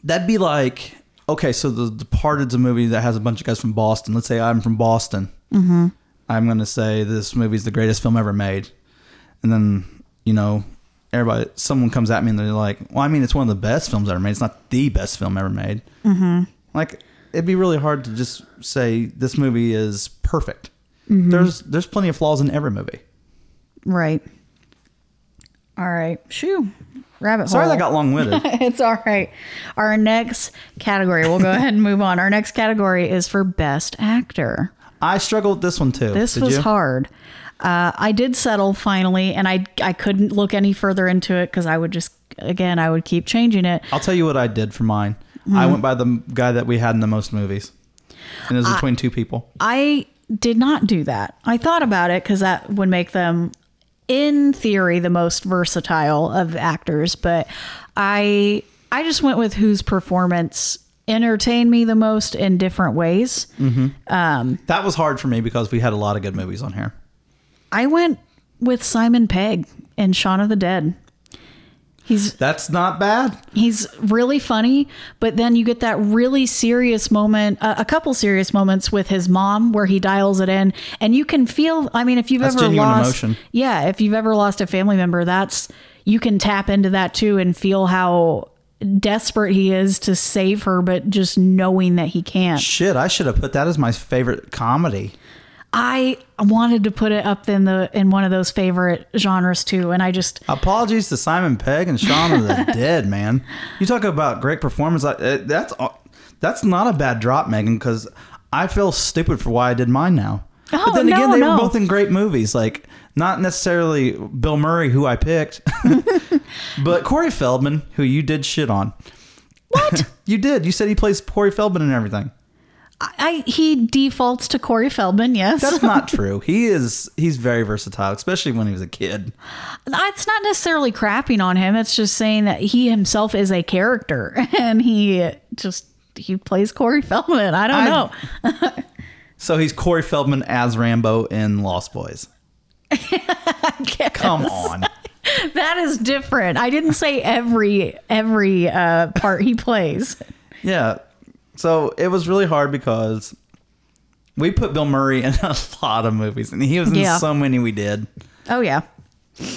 [SPEAKER 3] that'd be like, okay, so the Departed's a movie that has a bunch of guys from Boston. Let's say I'm from Boston. Mm-hmm. I'm gonna say this movie's the greatest film ever made, and then you know, everybody, someone comes at me and they're like, well, I mean, it's one of the best films ever made. It's not the best film ever made. Mm-hmm. Like, it'd be really hard to just say this movie is perfect. There's there's plenty of flaws in every movie.
[SPEAKER 4] Right. All right. Shoo. Rabbit
[SPEAKER 3] Sorry
[SPEAKER 4] hole.
[SPEAKER 3] that got long winded.
[SPEAKER 4] it's all right. Our next category, we'll go ahead and move on. Our next category is for best actor.
[SPEAKER 3] I struggled with this one too.
[SPEAKER 4] This
[SPEAKER 3] Did
[SPEAKER 4] was
[SPEAKER 3] you?
[SPEAKER 4] hard. Uh, I did settle finally, and I I couldn't look any further into it because I would just again I would keep changing it.
[SPEAKER 3] I'll tell you what I did for mine. I went by the m- guy that we had in the most movies, and it was between two people.
[SPEAKER 4] I did not do that. I thought about it because that would make them, in theory, the most versatile of actors. But I I just went with whose performance entertained me the most in different ways.
[SPEAKER 3] That was hard for me because we had a lot of good movies on here.
[SPEAKER 4] I went with Simon Pegg in Shaun of the Dead. He's
[SPEAKER 3] That's not bad.
[SPEAKER 4] He's really funny, but then you get that really serious moment, uh, a couple serious moments with his mom where he dials it in, and you can feel. I mean, if you've
[SPEAKER 3] That's
[SPEAKER 4] ever
[SPEAKER 3] genuine
[SPEAKER 4] lost,
[SPEAKER 3] emotion.
[SPEAKER 4] yeah, if you've ever lost a family member, that's you can tap into that too and feel how desperate he is to save her, but just knowing that he can't.
[SPEAKER 3] Shit, I should have put that as my favorite comedy.
[SPEAKER 4] I wanted to put it up in the in one of those favorite genres too, and I just
[SPEAKER 3] Apologies to Simon Pegg and Shaun of the Dead, man. You talk about great performance. I- uh, That's aw- that's not a bad drop, Megan, because I feel stupid for why I did mine now.
[SPEAKER 4] Oh,
[SPEAKER 3] but then again,
[SPEAKER 4] no,
[SPEAKER 3] they
[SPEAKER 4] no.
[SPEAKER 3] were both in great movies. Like not necessarily Bill Murray, who I picked, but Corey Feldman, who you did shit on. What you did? You said he plays Corey Feldman and everything.
[SPEAKER 4] I he defaults to Corey Feldman. Yes,
[SPEAKER 3] That's not true. He is he's very versatile, especially when he was a kid.
[SPEAKER 4] it's not necessarily crapping on him. It's just saying that he himself is a character and he just he plays Corey Feldman. I don't
[SPEAKER 3] I-
[SPEAKER 4] know.
[SPEAKER 3] So he's Corey Feldman as Rambo in Lost Boys. Come on.
[SPEAKER 4] That is different. I didn't say every every uh, part he plays.
[SPEAKER 3] Yeah. So it was really hard because we put Bill Murray in a lot of movies, and he was in
[SPEAKER 4] Yeah.
[SPEAKER 3] so many we did.
[SPEAKER 4] Oh yeah.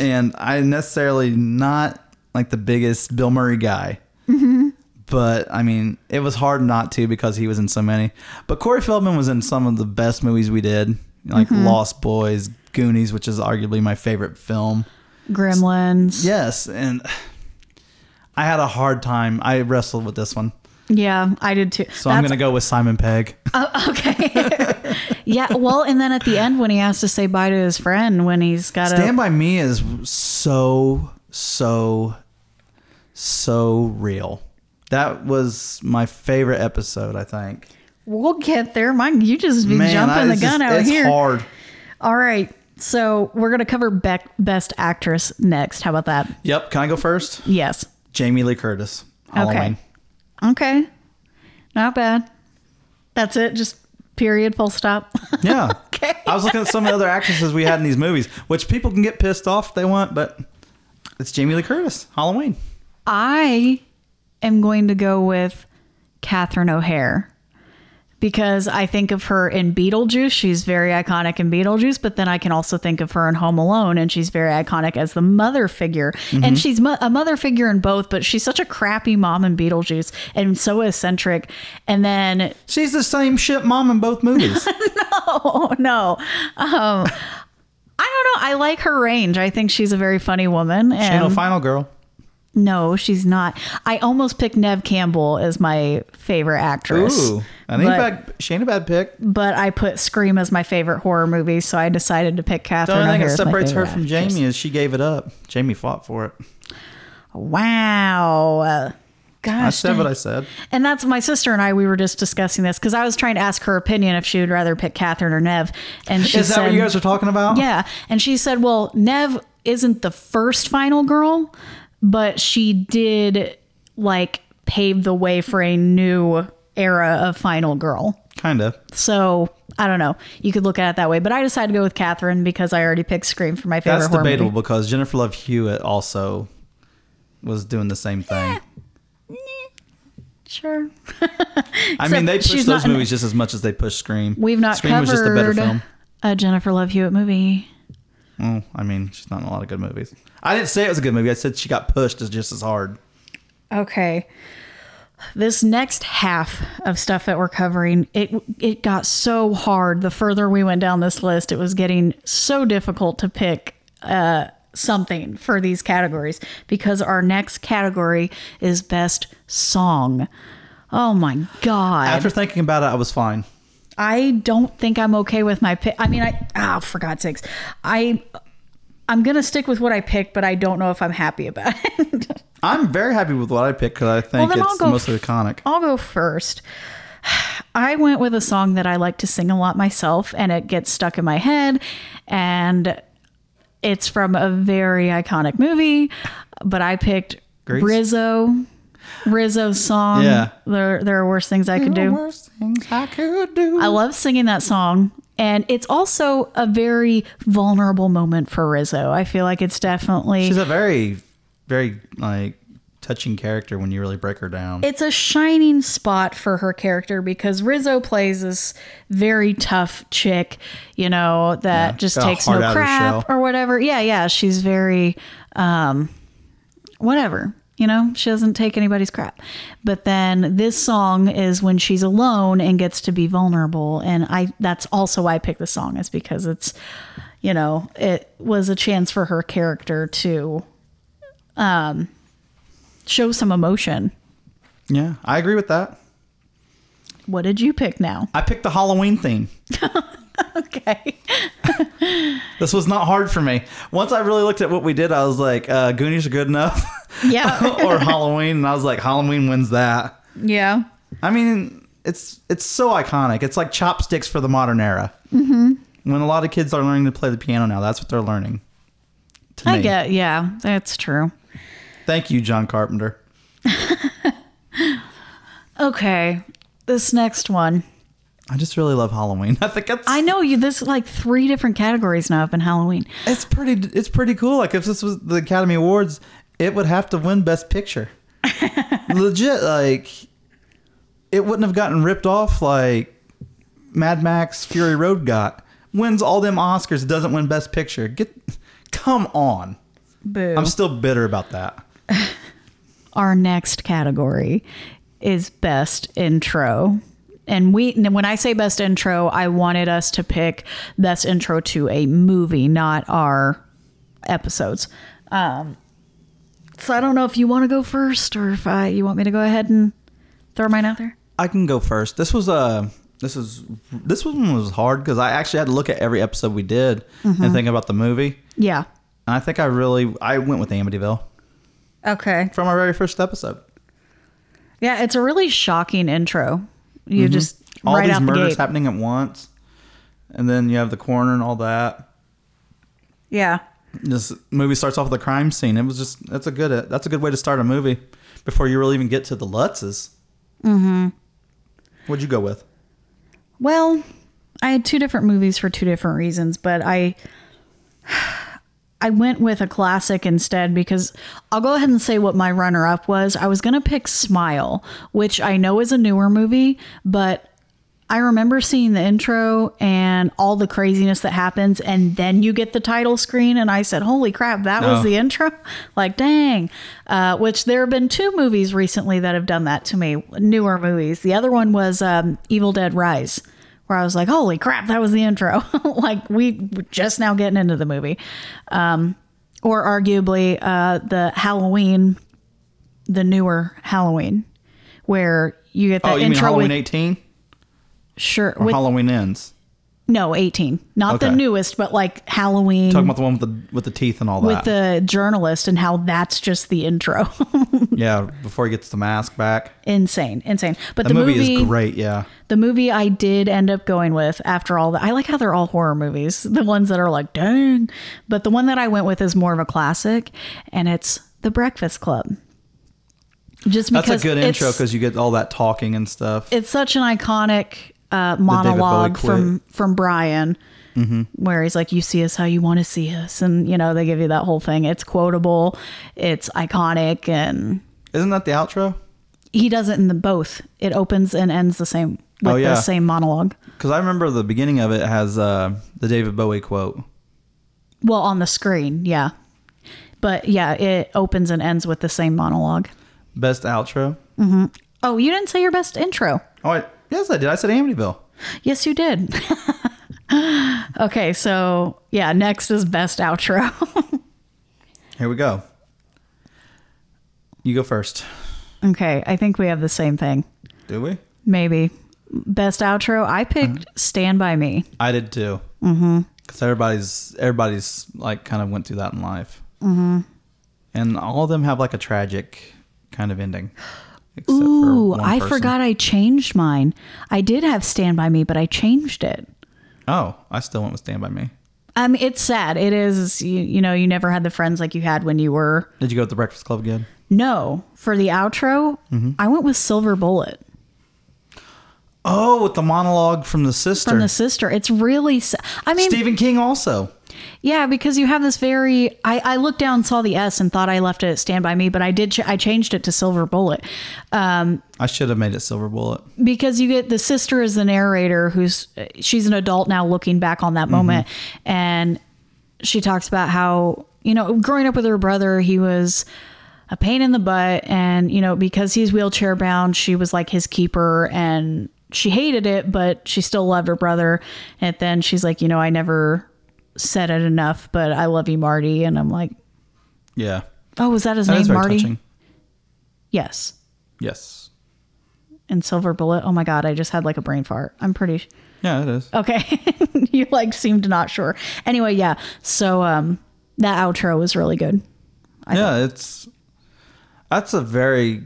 [SPEAKER 3] And I necessarily not like the biggest Bill Murray guy. But I mean, it was hard not to because he was in so many. But Corey Feldman was in some of the best movies we did, like Lost Boys, Goonies, which is arguably my favorite film.
[SPEAKER 4] Gremlins.
[SPEAKER 3] Yes, and I had a hard time. I wrestled with this one,
[SPEAKER 4] Yeah, I did too.
[SPEAKER 3] so I'm gonna go with Simon Pegg.
[SPEAKER 4] okay. yeah, well, and then at the end when he has to say bye to his friend when he's got
[SPEAKER 3] Stand
[SPEAKER 4] a
[SPEAKER 3] by Me is so so so real. That was my favorite episode. I think.
[SPEAKER 4] We'll get there. Mike, you just be
[SPEAKER 3] Man, I-
[SPEAKER 4] jumping the
[SPEAKER 3] it's
[SPEAKER 4] gun
[SPEAKER 3] just-
[SPEAKER 4] out
[SPEAKER 3] it's
[SPEAKER 4] here.
[SPEAKER 3] hard.
[SPEAKER 4] All right. So we're going to cover Beck Best Actress next. How about that?
[SPEAKER 3] Yep. Can I go first?
[SPEAKER 4] Yes.
[SPEAKER 3] Jamie Lee Curtis. Halloween.
[SPEAKER 4] Okay. Not bad. That's it. Just period, full stop.
[SPEAKER 3] Yeah.
[SPEAKER 4] Okay.
[SPEAKER 3] I was looking at some of the other actresses we had in these movies, which people can get pissed off if they want, but it's Jamie Lee Curtis. Halloween.
[SPEAKER 4] I am going to go with Catherine O'Hare because I think of her in Beetlejuice. She's very iconic in Beetlejuice, but then I can also think of her in Home Alone, and she's very iconic as the mother figure. And she's mo- a mother figure in both, but she's such a crappy mom in Beetlejuice and so eccentric. And then
[SPEAKER 3] She's the same shit mom in both movies.
[SPEAKER 4] Oh no. Um, I don't know. I like her range. I think she's a very funny woman.
[SPEAKER 3] Ain't no
[SPEAKER 4] And
[SPEAKER 3] final girl.
[SPEAKER 4] no, she's not. I almost picked Nev Campbell as my favorite actress,
[SPEAKER 3] Ooh, I think
[SPEAKER 4] But-
[SPEAKER 3] bad, she ain't a bad pick.
[SPEAKER 4] but I put Scream as my favorite horror movie, so I decided to pick
[SPEAKER 3] The
[SPEAKER 4] Catherine.
[SPEAKER 3] only thing
[SPEAKER 4] O'Hara
[SPEAKER 3] that
[SPEAKER 4] as my
[SPEAKER 3] separates her
[SPEAKER 4] favorite
[SPEAKER 3] from
[SPEAKER 4] actress.
[SPEAKER 3] Jamie is she gave it up. Jamie fought for it.
[SPEAKER 4] Wow. Uh, Gosh,
[SPEAKER 3] I said
[SPEAKER 4] dang.
[SPEAKER 3] what I said.
[SPEAKER 4] And that's my sister and I. We were just discussing this because I was trying to ask her opinion if she would rather pick Catherine or Nev, and she
[SPEAKER 3] Is that
[SPEAKER 4] said,
[SPEAKER 3] what you guys are talking about?
[SPEAKER 4] Yeah. And she said, well, Nev isn't the first final girl, but she did like pave the way for a new era of final girl.
[SPEAKER 3] kind of.
[SPEAKER 4] So I don't know. You could look at it that way, but I decided to go with Catherine because I already picked Scream for my favorite
[SPEAKER 3] That's
[SPEAKER 4] horror
[SPEAKER 3] debatable
[SPEAKER 4] movie.
[SPEAKER 3] because Jennifer Love Hewitt also was doing the same thing.
[SPEAKER 4] Sure.
[SPEAKER 3] I mean, they
[SPEAKER 4] she's
[SPEAKER 3] pushed those
[SPEAKER 4] not in-
[SPEAKER 3] movies just as much as they pushed Scream.
[SPEAKER 4] We've not
[SPEAKER 3] Scream
[SPEAKER 4] covered
[SPEAKER 3] was just a better film.
[SPEAKER 4] a Jennifer Love Hewitt movie.
[SPEAKER 3] Oh, I mean, she's not in a lot of good movies. I didn't say it was a good movie. I said she got pushed as just as hard.
[SPEAKER 4] Okay. This next half of stuff that we're covering, it it got so hard the further we went down this list, it was getting so difficult to pick uh, something for these categories because our next category is best song. Oh my god.
[SPEAKER 3] After thinking about it, I was fine.
[SPEAKER 4] I don't think I'm okay with my pick. I mean, I oh, for God's sakes, I I'm gonna stick with what I picked, but I don't know if I'm happy about it.
[SPEAKER 3] I'm very happy with what I picked because I think
[SPEAKER 4] then I'll
[SPEAKER 3] it's
[SPEAKER 4] go
[SPEAKER 3] mostly
[SPEAKER 4] f-
[SPEAKER 3] iconic.
[SPEAKER 4] I'll go first. I went with a song that I like to sing a lot myself, and it gets stuck in my head, and it's from a very iconic movie. But I picked
[SPEAKER 3] Grease?
[SPEAKER 4] Rizzo, Rizzo's song.
[SPEAKER 3] Yeah.
[SPEAKER 4] there there are worse things I could do.
[SPEAKER 3] worst things I could do.
[SPEAKER 4] I love singing that song. And it's also a very vulnerable moment for Rizzo. I feel like it's definitely
[SPEAKER 3] She's a very, very like touching character when you really break her down.
[SPEAKER 4] it's a shining spot for her character because Rizzo plays this very tough chick, you know, that just
[SPEAKER 3] got a
[SPEAKER 4] takes
[SPEAKER 3] heart
[SPEAKER 4] no
[SPEAKER 3] out of her shell.
[SPEAKER 4] crap or whatever. Yeah, yeah, she's very um whatever. You know, she doesn't take anybody's crap. But then this song is when she's alone and gets to be vulnerable and I that's also why I picked this song is because it's you know, it was a chance for her character to um show some emotion.
[SPEAKER 3] yeah, I agree with that.
[SPEAKER 4] What did you pick now?
[SPEAKER 3] I picked the Halloween theme.
[SPEAKER 4] Okay.
[SPEAKER 3] This was not hard for me. Once I really looked at what we did, I was like, uh, Goonies are good enough,
[SPEAKER 4] Yeah.
[SPEAKER 3] or Halloween, and I was like, Halloween wins that.
[SPEAKER 4] yeah.
[SPEAKER 3] I mean, it's it's so iconic. It's like chopsticks for the modern era. Mm-hmm. When a lot of kids are learning to play the piano now, that's what they're learning. To
[SPEAKER 4] I
[SPEAKER 3] me.
[SPEAKER 4] get, yeah, that's true.
[SPEAKER 3] Thank you, John Carpenter.
[SPEAKER 4] Okay. This next one.
[SPEAKER 3] I just really love Halloween. I think it's
[SPEAKER 4] I know you, this like three different categories now have been Halloween.
[SPEAKER 3] it's pretty it's pretty cool. Like if this was the Academy Awards, it would have to win Best Picture. Legit, like it wouldn't have gotten ripped off like Mad Max Fury Road got. Wins all them Oscars, doesn't win Best Picture. Get come on.
[SPEAKER 4] Boo.
[SPEAKER 3] I'm still bitter about that.
[SPEAKER 4] Our next category is best intro. And we, and when I say best intro, I wanted us to pick best intro to a movie, not our episodes. Um, so I don't know if you want to go first or if I, you want me to go ahead and throw mine out there.
[SPEAKER 3] I can go first. This was uh, this is this one was hard because I actually had to look at every episode we did and think about the movie.
[SPEAKER 4] Yeah.
[SPEAKER 3] And I think I really I went with Amityville
[SPEAKER 4] Okay.
[SPEAKER 3] from our very first episode.
[SPEAKER 4] Yeah, it's a really shocking intro. You just
[SPEAKER 3] Mm-hmm. all
[SPEAKER 4] right
[SPEAKER 3] these
[SPEAKER 4] out the
[SPEAKER 3] murders
[SPEAKER 4] gate.
[SPEAKER 3] happening at once, and then you have the coroner and all that.
[SPEAKER 4] yeah.
[SPEAKER 3] This movie starts off with a crime scene. It was just that's a good that's a good way to start a movie before you really even get to the Lutzes. Mm-hmm. What'd you go with?
[SPEAKER 4] Well, I had two different movies for two different reasons, but I I went with a classic instead because I'll go ahead and say what my runner up was. I was going to pick Smile, which I know is a newer movie, but I remember seeing the intro and all the craziness that happens, and then you get the title screen, and I said, "Holy crap, that
[SPEAKER 3] Oh.
[SPEAKER 4] was the intro!" Like, dang. Uh, which there have been two movies recently that have done that to me, newer movies. The other one was um, Evil Dead Rise, where I was like, "Holy crap, that was the intro!" like, we were just now getting into the movie, um, or arguably uh, the Halloween, the newer Halloween, where you get that
[SPEAKER 3] Oh, you mean
[SPEAKER 4] intro
[SPEAKER 3] Halloween
[SPEAKER 4] with
[SPEAKER 3] eighteen
[SPEAKER 4] sure
[SPEAKER 3] or
[SPEAKER 4] with
[SPEAKER 3] Halloween ends?
[SPEAKER 4] no, 18. Not the
[SPEAKER 3] Okay.
[SPEAKER 4] newest, but like Halloween
[SPEAKER 3] Talking about the one with the with the teeth and all
[SPEAKER 4] with
[SPEAKER 3] that.
[SPEAKER 4] the journalist and how that's just the intro.
[SPEAKER 3] yeah, before he gets the mask back.
[SPEAKER 4] insane, insane. But
[SPEAKER 3] The,
[SPEAKER 4] the
[SPEAKER 3] movie,
[SPEAKER 4] movie,
[SPEAKER 3] is great. Yeah,
[SPEAKER 4] the movie I did end up going with after all that. I like how they're all horror movies, the ones that are like, dang. But the one that I went with is more of a classic, and it's The Breakfast Club. Just because
[SPEAKER 3] that's a good intro
[SPEAKER 4] it's-
[SPEAKER 3] because you get all that talking and stuff.
[SPEAKER 4] it's such an iconic uh, monologue
[SPEAKER 3] Bowie Mm-hmm. quit.
[SPEAKER 4] from from Brian, where he's like, "You see us how you want to see us," and you know they give you that whole thing. It's quotable, it's iconic, and
[SPEAKER 3] Isn't that the outro?
[SPEAKER 4] he does it in the both. It opens and ends the same with
[SPEAKER 3] Oh, yeah.
[SPEAKER 4] the same monologue.
[SPEAKER 3] Because I remember the beginning of it has uh, the David Bowie quote.
[SPEAKER 4] Well, on the screen, yeah, but yeah, it opens and ends with the same monologue.
[SPEAKER 3] Best outro.
[SPEAKER 4] Oh, you didn't say your best intro.
[SPEAKER 3] Oh, I, yes, I did. I said Amityville.
[SPEAKER 4] Yes, you did. okay, so yeah, next is best outro.
[SPEAKER 3] Here we go. You go first.
[SPEAKER 4] Okay, I think we have the same thing.
[SPEAKER 3] Do we?
[SPEAKER 4] Maybe. Best outro, I picked
[SPEAKER 3] Uh-huh.
[SPEAKER 4] Stand By Me.
[SPEAKER 3] I did too. Mm-hmm. Because everybody's everybody's like kind of went through that in life. Mm-hmm. And all of them have like a tragic kind of ending. Except for
[SPEAKER 4] Ooh,
[SPEAKER 3] one
[SPEAKER 4] I
[SPEAKER 3] person.
[SPEAKER 4] forgot I changed mine. I did have Stand By Me, but I changed it.
[SPEAKER 3] Oh, I still went with Stand by Me.
[SPEAKER 4] Um, it's sad. It is, you, you know, you never had the friends like you had when you were.
[SPEAKER 3] Did you go with the Breakfast Club again?
[SPEAKER 4] No, for the outro,
[SPEAKER 3] Mm-hmm.
[SPEAKER 4] I went with Silver Bullet
[SPEAKER 3] Oh, with the monologue from the sister.
[SPEAKER 4] from the sister. It's really, s- I mean,
[SPEAKER 3] Stephen King also.
[SPEAKER 4] yeah, because you have this very. I, I looked down, and saw the S, and thought I left it at Stand by Me, but I did. Ch- I changed it to Silver Bullet.
[SPEAKER 3] I should have made it Silver Bullet.
[SPEAKER 4] because you get the sister is the narrator who's she's an adult now looking back on that
[SPEAKER 3] Mm-hmm.
[SPEAKER 4] moment and she talks about how you know growing up with her brother he was a pain in the butt and you know because he's wheelchair bound she was like his keeper and she hated it but she still loved her brother and then she's like you know i never said it enough but i love you marty and i'm like
[SPEAKER 3] Yeah.
[SPEAKER 4] oh was that his
[SPEAKER 3] That
[SPEAKER 4] name
[SPEAKER 3] is very
[SPEAKER 4] marty
[SPEAKER 3] touching.
[SPEAKER 4] yes
[SPEAKER 3] Yes.
[SPEAKER 4] and silver bullet oh my god i just had like a brain fart i'm pretty
[SPEAKER 3] Yeah, it is.
[SPEAKER 4] Okay. you like seemed not sure. Anyway, yeah. So um that outro was really good.
[SPEAKER 3] yeah, it's that's a very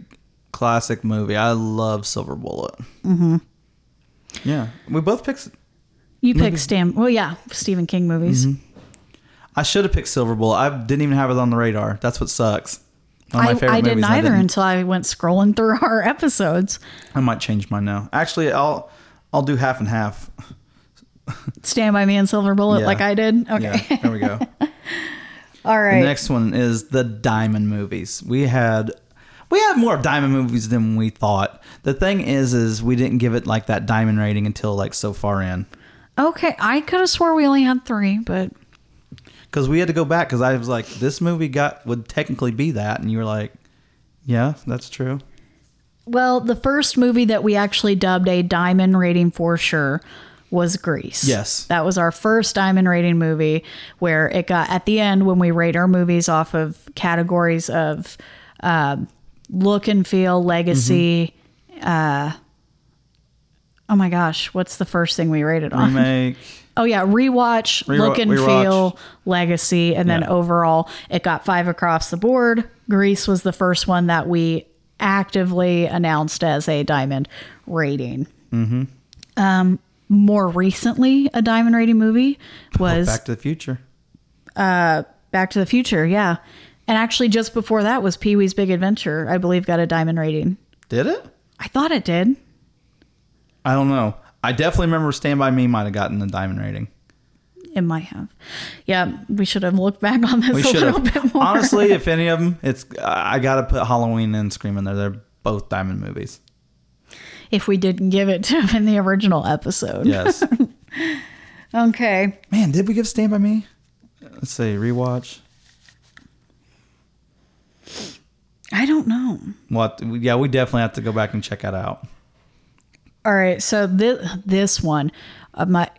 [SPEAKER 3] classic movie. I love Silver Bullet. Mm-hmm. Yeah, we both picked.
[SPEAKER 4] You
[SPEAKER 3] Mm-hmm.
[SPEAKER 4] picked Stan well yeah, Stephen King movies.
[SPEAKER 3] I should have picked Silver Bullet. I didn't even have it on the radar. That's what sucks. One
[SPEAKER 4] I,
[SPEAKER 3] of my favorite
[SPEAKER 4] I didn't
[SPEAKER 3] movies.
[SPEAKER 4] either
[SPEAKER 3] I,
[SPEAKER 4] until I went scrolling through our episodes.
[SPEAKER 3] I might change mine now. Actually, I'll I'll do half and half.
[SPEAKER 4] Stand by me and Silver Bullet
[SPEAKER 3] Yeah.
[SPEAKER 4] like I did. Okay.
[SPEAKER 3] Yeah, there we go.
[SPEAKER 4] All right.
[SPEAKER 3] The next one is the diamond movies. We had we had more diamond movies than we thought. The thing is, is we didn't give it like that diamond rating until like so far in.
[SPEAKER 4] okay. I could have swore we only had three, but
[SPEAKER 3] because we had to go back because I was like, this movie got would technically be that, and you were like, yeah, that's true.
[SPEAKER 4] well, the first movie that we actually dubbed a diamond rating for sure was Grease.
[SPEAKER 3] Yes.
[SPEAKER 4] That was our first diamond rating movie where it got at the end when we rate our movies off of categories of um look and feel, legacy. Uh, oh my gosh, what's the first thing we rated on?
[SPEAKER 3] Remake.
[SPEAKER 4] Oh yeah, rewatch,
[SPEAKER 3] Rewa-
[SPEAKER 4] look and
[SPEAKER 3] rewatch.
[SPEAKER 4] feel, legacy, and then
[SPEAKER 3] Yeah.
[SPEAKER 4] overall it got five across the board. Grease was the first one that we actively announced as a diamond rating. Mm-hmm. Um, more recently, a diamond rating movie was
[SPEAKER 3] Oh, Back to the Future.
[SPEAKER 4] Back to the Future. Yeah, and actually just before that was Pee Wee's Big Adventure. I believe got a diamond rating.
[SPEAKER 3] Did it?
[SPEAKER 4] I thought it did.
[SPEAKER 3] I don't know. I definitely remember Stand by Me might have gotten the diamond rating.
[SPEAKER 4] It might have. Yeah, we should have looked back on this
[SPEAKER 3] We
[SPEAKER 4] a
[SPEAKER 3] should
[SPEAKER 4] little bit
[SPEAKER 3] have.
[SPEAKER 4] more.
[SPEAKER 3] Honestly, if any of them, it's I gotta put Halloween and Scream in there. They're both diamond movies.
[SPEAKER 4] if we didn't give it to him in the original episode.
[SPEAKER 3] Yes.
[SPEAKER 4] Okay.
[SPEAKER 3] Man, did we give Stand by Me? Let's see. Rewatch.
[SPEAKER 4] I don't know.
[SPEAKER 3] What? Yeah, we definitely have to go back and check that out.
[SPEAKER 4] All right. So this this one, uh, my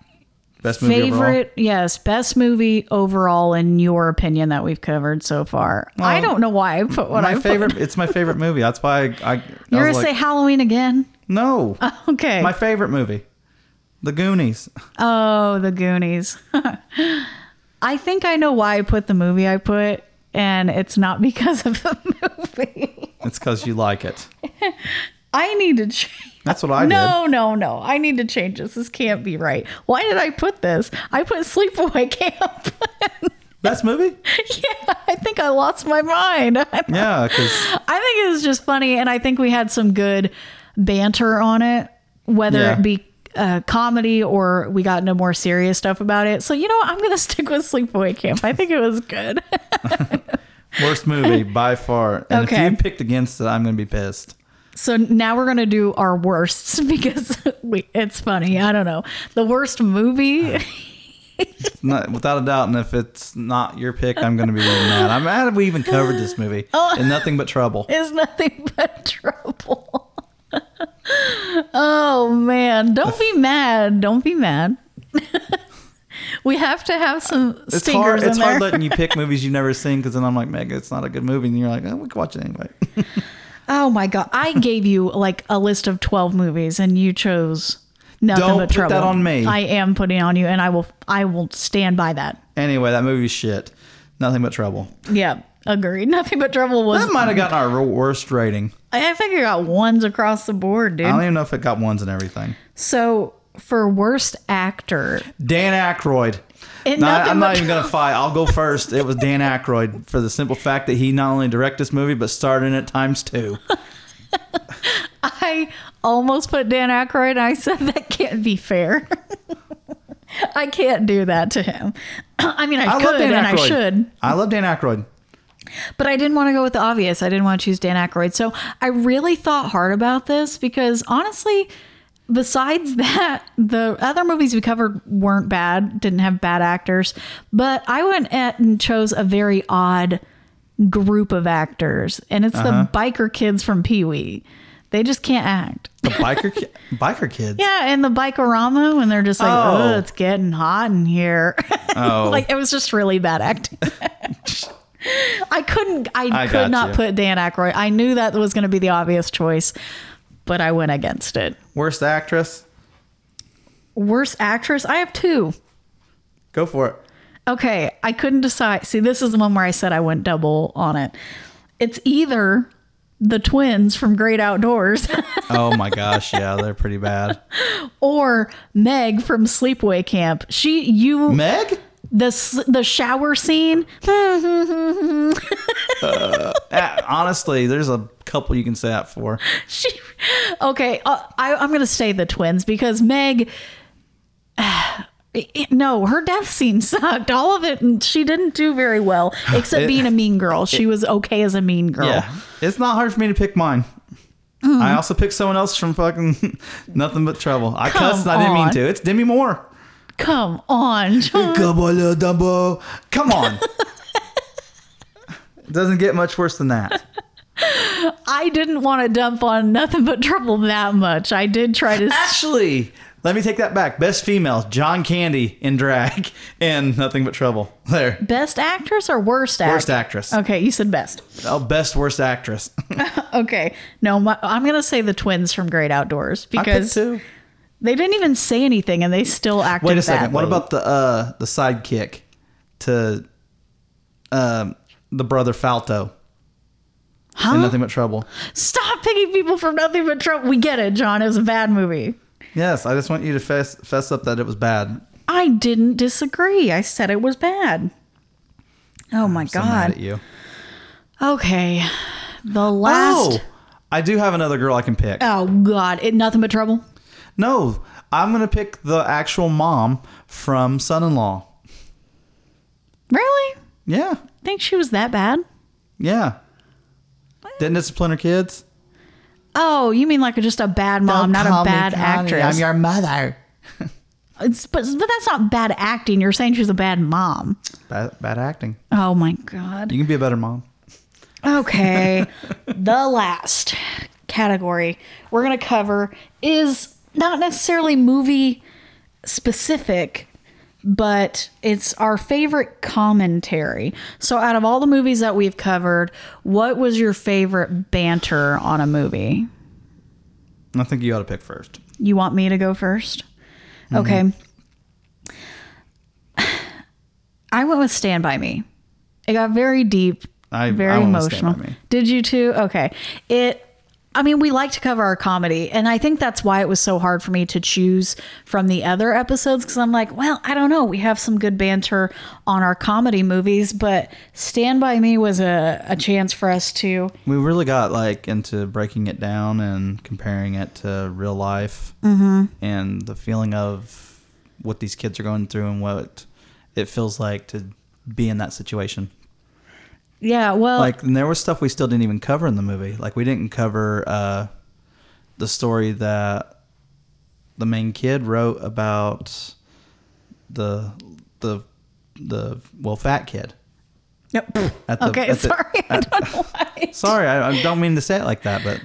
[SPEAKER 3] Best movie overall.
[SPEAKER 4] favorite, yes, best movie overall in your opinion that we've covered so far. I don't know why I put what
[SPEAKER 3] My
[SPEAKER 4] I put.
[SPEAKER 3] favorite. It's my favorite movie. That's why I. I, I
[SPEAKER 4] You're
[SPEAKER 3] was
[SPEAKER 4] gonna
[SPEAKER 3] like,
[SPEAKER 4] say Halloween again?
[SPEAKER 3] No.
[SPEAKER 4] Okay.
[SPEAKER 3] My favorite movie, The Goonies.
[SPEAKER 4] oh, The Goonies. I think I know why I put the movie I put, and it's not because of the movie.
[SPEAKER 3] It's because you like it.
[SPEAKER 4] I need to change.
[SPEAKER 3] That's what I
[SPEAKER 4] no, no, no. I need to change this. This can't be right. Why did I put this? I put Sleepaway Camp.
[SPEAKER 3] did. Best movie?
[SPEAKER 4] yeah, I think I lost my mind. I think
[SPEAKER 3] Yeah, because
[SPEAKER 4] it was just funny, and I think we had some good banter on it, whether
[SPEAKER 3] Yeah.
[SPEAKER 4] it be uh, comedy or we got into more serious stuff about it. So you know, what? I'm gonna stick with Sleepaway Camp. I think it was good.
[SPEAKER 3] worst movie by far. And
[SPEAKER 4] Okay.
[SPEAKER 3] if you picked against it, I'm going to be pissed.
[SPEAKER 4] so now we're gonna do our worsts because we, it's funny. I don't know the worst movie.
[SPEAKER 3] Not, without a doubt. And if it's not your pick, I'm going to be really mad. I'm mad we even covered this movie. Oh. And nothing but trouble.
[SPEAKER 4] is nothing but trouble. oh man, don't be mad. Don't be mad. we have to have some stingers
[SPEAKER 3] It's hard.
[SPEAKER 4] in
[SPEAKER 3] It's
[SPEAKER 4] there.
[SPEAKER 3] hard letting you pick movies you've never seen because then I'm like, Meg, it's not a good movie, and you're like, oh, we can watch it anyway.
[SPEAKER 4] oh my god! I gave you like a list of twelve movies, and you chose nothing
[SPEAKER 3] Don't
[SPEAKER 4] but
[SPEAKER 3] put that
[SPEAKER 4] trouble.
[SPEAKER 3] on me.
[SPEAKER 4] I am putting it on you, and I will. I will stand by that.
[SPEAKER 3] anyway, that movie's shit. Nothing but trouble.
[SPEAKER 4] Yeah, agreed. Nothing but trouble was.
[SPEAKER 3] That might have gotten our worst rating.
[SPEAKER 4] I I think I got ones across the board, dude.
[SPEAKER 3] I don't even know if it got ones and everything.
[SPEAKER 4] So for worst actor,
[SPEAKER 3] Dan Aykroyd.
[SPEAKER 4] It-
[SPEAKER 3] No, I-
[SPEAKER 4] nothing
[SPEAKER 3] I'm not
[SPEAKER 4] but-
[SPEAKER 3] even gonna fight. I'll go first. It was Dan Aykroyd for the simple fact that he not only directed this movie but starred in it times two.
[SPEAKER 4] I almost put Dan Aykroyd, and I said that can't be fair. I can't do that to him. I mean, I,
[SPEAKER 3] I love
[SPEAKER 4] could
[SPEAKER 3] Dan
[SPEAKER 4] and I
[SPEAKER 3] Aykroyd.
[SPEAKER 4] should,
[SPEAKER 3] I love Dan Aykroyd.
[SPEAKER 4] but I didn't want to go with the obvious. I didn't want to choose Dan Aykroyd. So I really thought hard about this because honestly, besides that, the other movies we covered weren't bad, didn't have bad actors, but I went at and chose a very odd group of actors, and it's
[SPEAKER 3] Uh-huh.
[SPEAKER 4] the biker kids from Pee Wee. They just can't act.
[SPEAKER 3] The biker ki- biker kids.
[SPEAKER 4] Yeah, and the bikorama when they're just like,
[SPEAKER 3] Oh.
[SPEAKER 4] oh, it's getting hot in here.
[SPEAKER 3] Oh,
[SPEAKER 4] like it was just really bad acting. I couldn't. I,
[SPEAKER 3] I got
[SPEAKER 4] could not
[SPEAKER 3] you.
[SPEAKER 4] put Dan Aykroyd. I knew that was going to be the obvious choice, but I went against it.
[SPEAKER 3] worst actress.
[SPEAKER 4] Worst actress, I have two.
[SPEAKER 3] Go for it.
[SPEAKER 4] Okay, I couldn't decide. See, this is the one where I said I went double on it. It's either the twins from Great Outdoors
[SPEAKER 3] Oh my gosh, yeah, they're pretty bad.
[SPEAKER 4] or Meg from Sleepaway Camp. She, you,
[SPEAKER 3] Meg?
[SPEAKER 4] the s- the shower scene.
[SPEAKER 3] Ah, honestly, there's a couple you can say that for.
[SPEAKER 4] she okay uh, I, i'm gonna say the twins because meg no her death scene sucked all of it and she didn't do very well except
[SPEAKER 3] It-
[SPEAKER 4] being a mean girl she was okay as a mean girl
[SPEAKER 3] Yeah, it's not hard for me to pick mine.
[SPEAKER 4] Mm-hmm.
[SPEAKER 3] I also picked someone else from fucking nothing but trouble. I
[SPEAKER 4] Come
[SPEAKER 3] cussed. and I didn't mean
[SPEAKER 4] on.
[SPEAKER 3] to. It's Demi Moore.
[SPEAKER 4] come on
[SPEAKER 3] Good boy, little Dumbo. Come on. Doesn't get much worse than that.
[SPEAKER 4] i didn't want to dump on nothing but trouble that much i did try to s-
[SPEAKER 3] Actually, let me take that back. Best female, John Candy in drag and nothing but trouble. There.
[SPEAKER 4] best actress or worst actress
[SPEAKER 3] Worst actress.
[SPEAKER 4] okay you said best
[SPEAKER 3] Oh, best worst actress.
[SPEAKER 4] okay no my, i'm gonna say the twins from great outdoors
[SPEAKER 3] I picked
[SPEAKER 4] because
[SPEAKER 3] two.
[SPEAKER 4] they didn't even say anything and they still acted
[SPEAKER 3] Wait a second. What
[SPEAKER 4] badly.
[SPEAKER 3] about the uh the sidekick to um the brother Falto?
[SPEAKER 4] Huh?
[SPEAKER 3] And nothing but trouble.
[SPEAKER 4] Stop picking people from nothing but Trump. We get it, John. It was a bad movie.
[SPEAKER 3] Yes, I just want you to fess fess up that it was bad.
[SPEAKER 4] I didn't disagree. I said it was bad. Oh my
[SPEAKER 3] So mad at
[SPEAKER 4] god.
[SPEAKER 3] you.
[SPEAKER 4] Okay. The last.
[SPEAKER 3] Oh, I do have another girl I can pick.
[SPEAKER 4] Oh, god. It nothing but trouble.
[SPEAKER 3] No, I'm gonna pick the actual mom from Son-in-Law.
[SPEAKER 4] Really?
[SPEAKER 3] Yeah,
[SPEAKER 4] Think she was that bad?
[SPEAKER 3] yeah. Didn't discipline her kids.
[SPEAKER 4] Oh, you mean like just a bad mom, not a bad actress?
[SPEAKER 3] mother.
[SPEAKER 4] It's- but but that's not bad acting. You're saying she's a bad mom.
[SPEAKER 3] Bad, bad acting.
[SPEAKER 4] Oh my god.
[SPEAKER 3] You can be a better mom.
[SPEAKER 4] Okay. the last category we're going to cover is not necessarily movie specific, but it's our favorite commentary. So, out of all the movies that we've covered, what was your favorite banter on a movie?
[SPEAKER 3] I think you ought to pick first.
[SPEAKER 4] You want me to go 1st Okay.
[SPEAKER 3] Mm-hmm.
[SPEAKER 4] I went with Stand By Me. It got very deep,
[SPEAKER 3] I-
[SPEAKER 4] very
[SPEAKER 3] I went with Stand
[SPEAKER 4] emotional.
[SPEAKER 3] By Me.
[SPEAKER 4] Did you too? Okay. It I mean, we like to cover our comedy, and I think that's why it was so hard for me to choose from the other episodes because I'm like, well, I don't know. We have some good banter on our comedy movies, but Stand By Me was a, a chance for us to
[SPEAKER 3] We really got like into breaking it down and comparing it to real life
[SPEAKER 4] Mm-hmm.
[SPEAKER 3] and the feeling of what these kids are going through and what it feels like to be in that situation.
[SPEAKER 4] Yeah, well
[SPEAKER 3] Like, and there was stuff we still didn't even cover in the movie. Like, we didn't cover uh, the story that the main kid wrote about the the the well fat kid.
[SPEAKER 4] Yep.
[SPEAKER 3] At the-
[SPEAKER 4] okay,
[SPEAKER 3] at the-
[SPEAKER 4] sorry. I don't know why.
[SPEAKER 3] Sorry, I, I don't mean to say it like that, but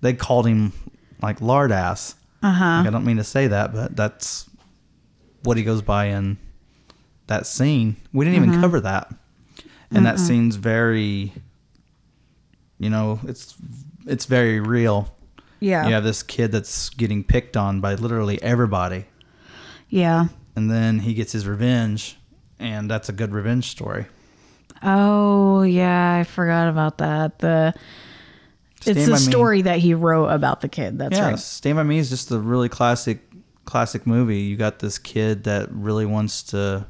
[SPEAKER 3] they called him like lard ass. Uh huh. I don't mean to say that, but that's what he goes by in that scene. We didn't even cover that, and that scene's very, you know, it's it's very real.
[SPEAKER 4] Yeah.
[SPEAKER 3] You have this kid that's getting picked on by literally everybody,
[SPEAKER 4] Yeah.
[SPEAKER 3] and then he gets his revenge, and that's a good revenge story.
[SPEAKER 4] Oh yeah, I forgot about that. The
[SPEAKER 3] Stand
[SPEAKER 4] it's
[SPEAKER 3] By
[SPEAKER 4] the
[SPEAKER 3] Me.
[SPEAKER 4] story that he wrote about the kid. That's
[SPEAKER 3] yeah,
[SPEAKER 4] right.
[SPEAKER 3] Stand by Me is just a really classic, classic movie. You got this kid that really wants to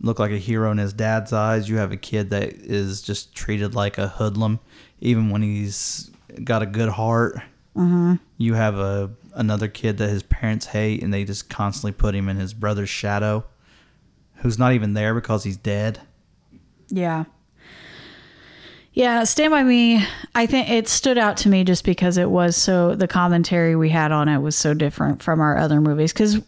[SPEAKER 3] look like a hero in his dad's eyes. You have a kid that is just treated like a hoodlum, even when he's got a good heart.
[SPEAKER 4] Mm-hmm.
[SPEAKER 3] You have a another kid that his parents hate, and they just constantly put him in his brother's shadow, who's not even there because he's dead.
[SPEAKER 4] Yeah. Yeah, Stand By Me, I think it stood out to me just because it was so, the commentary we had on it was so different from our other movies. Because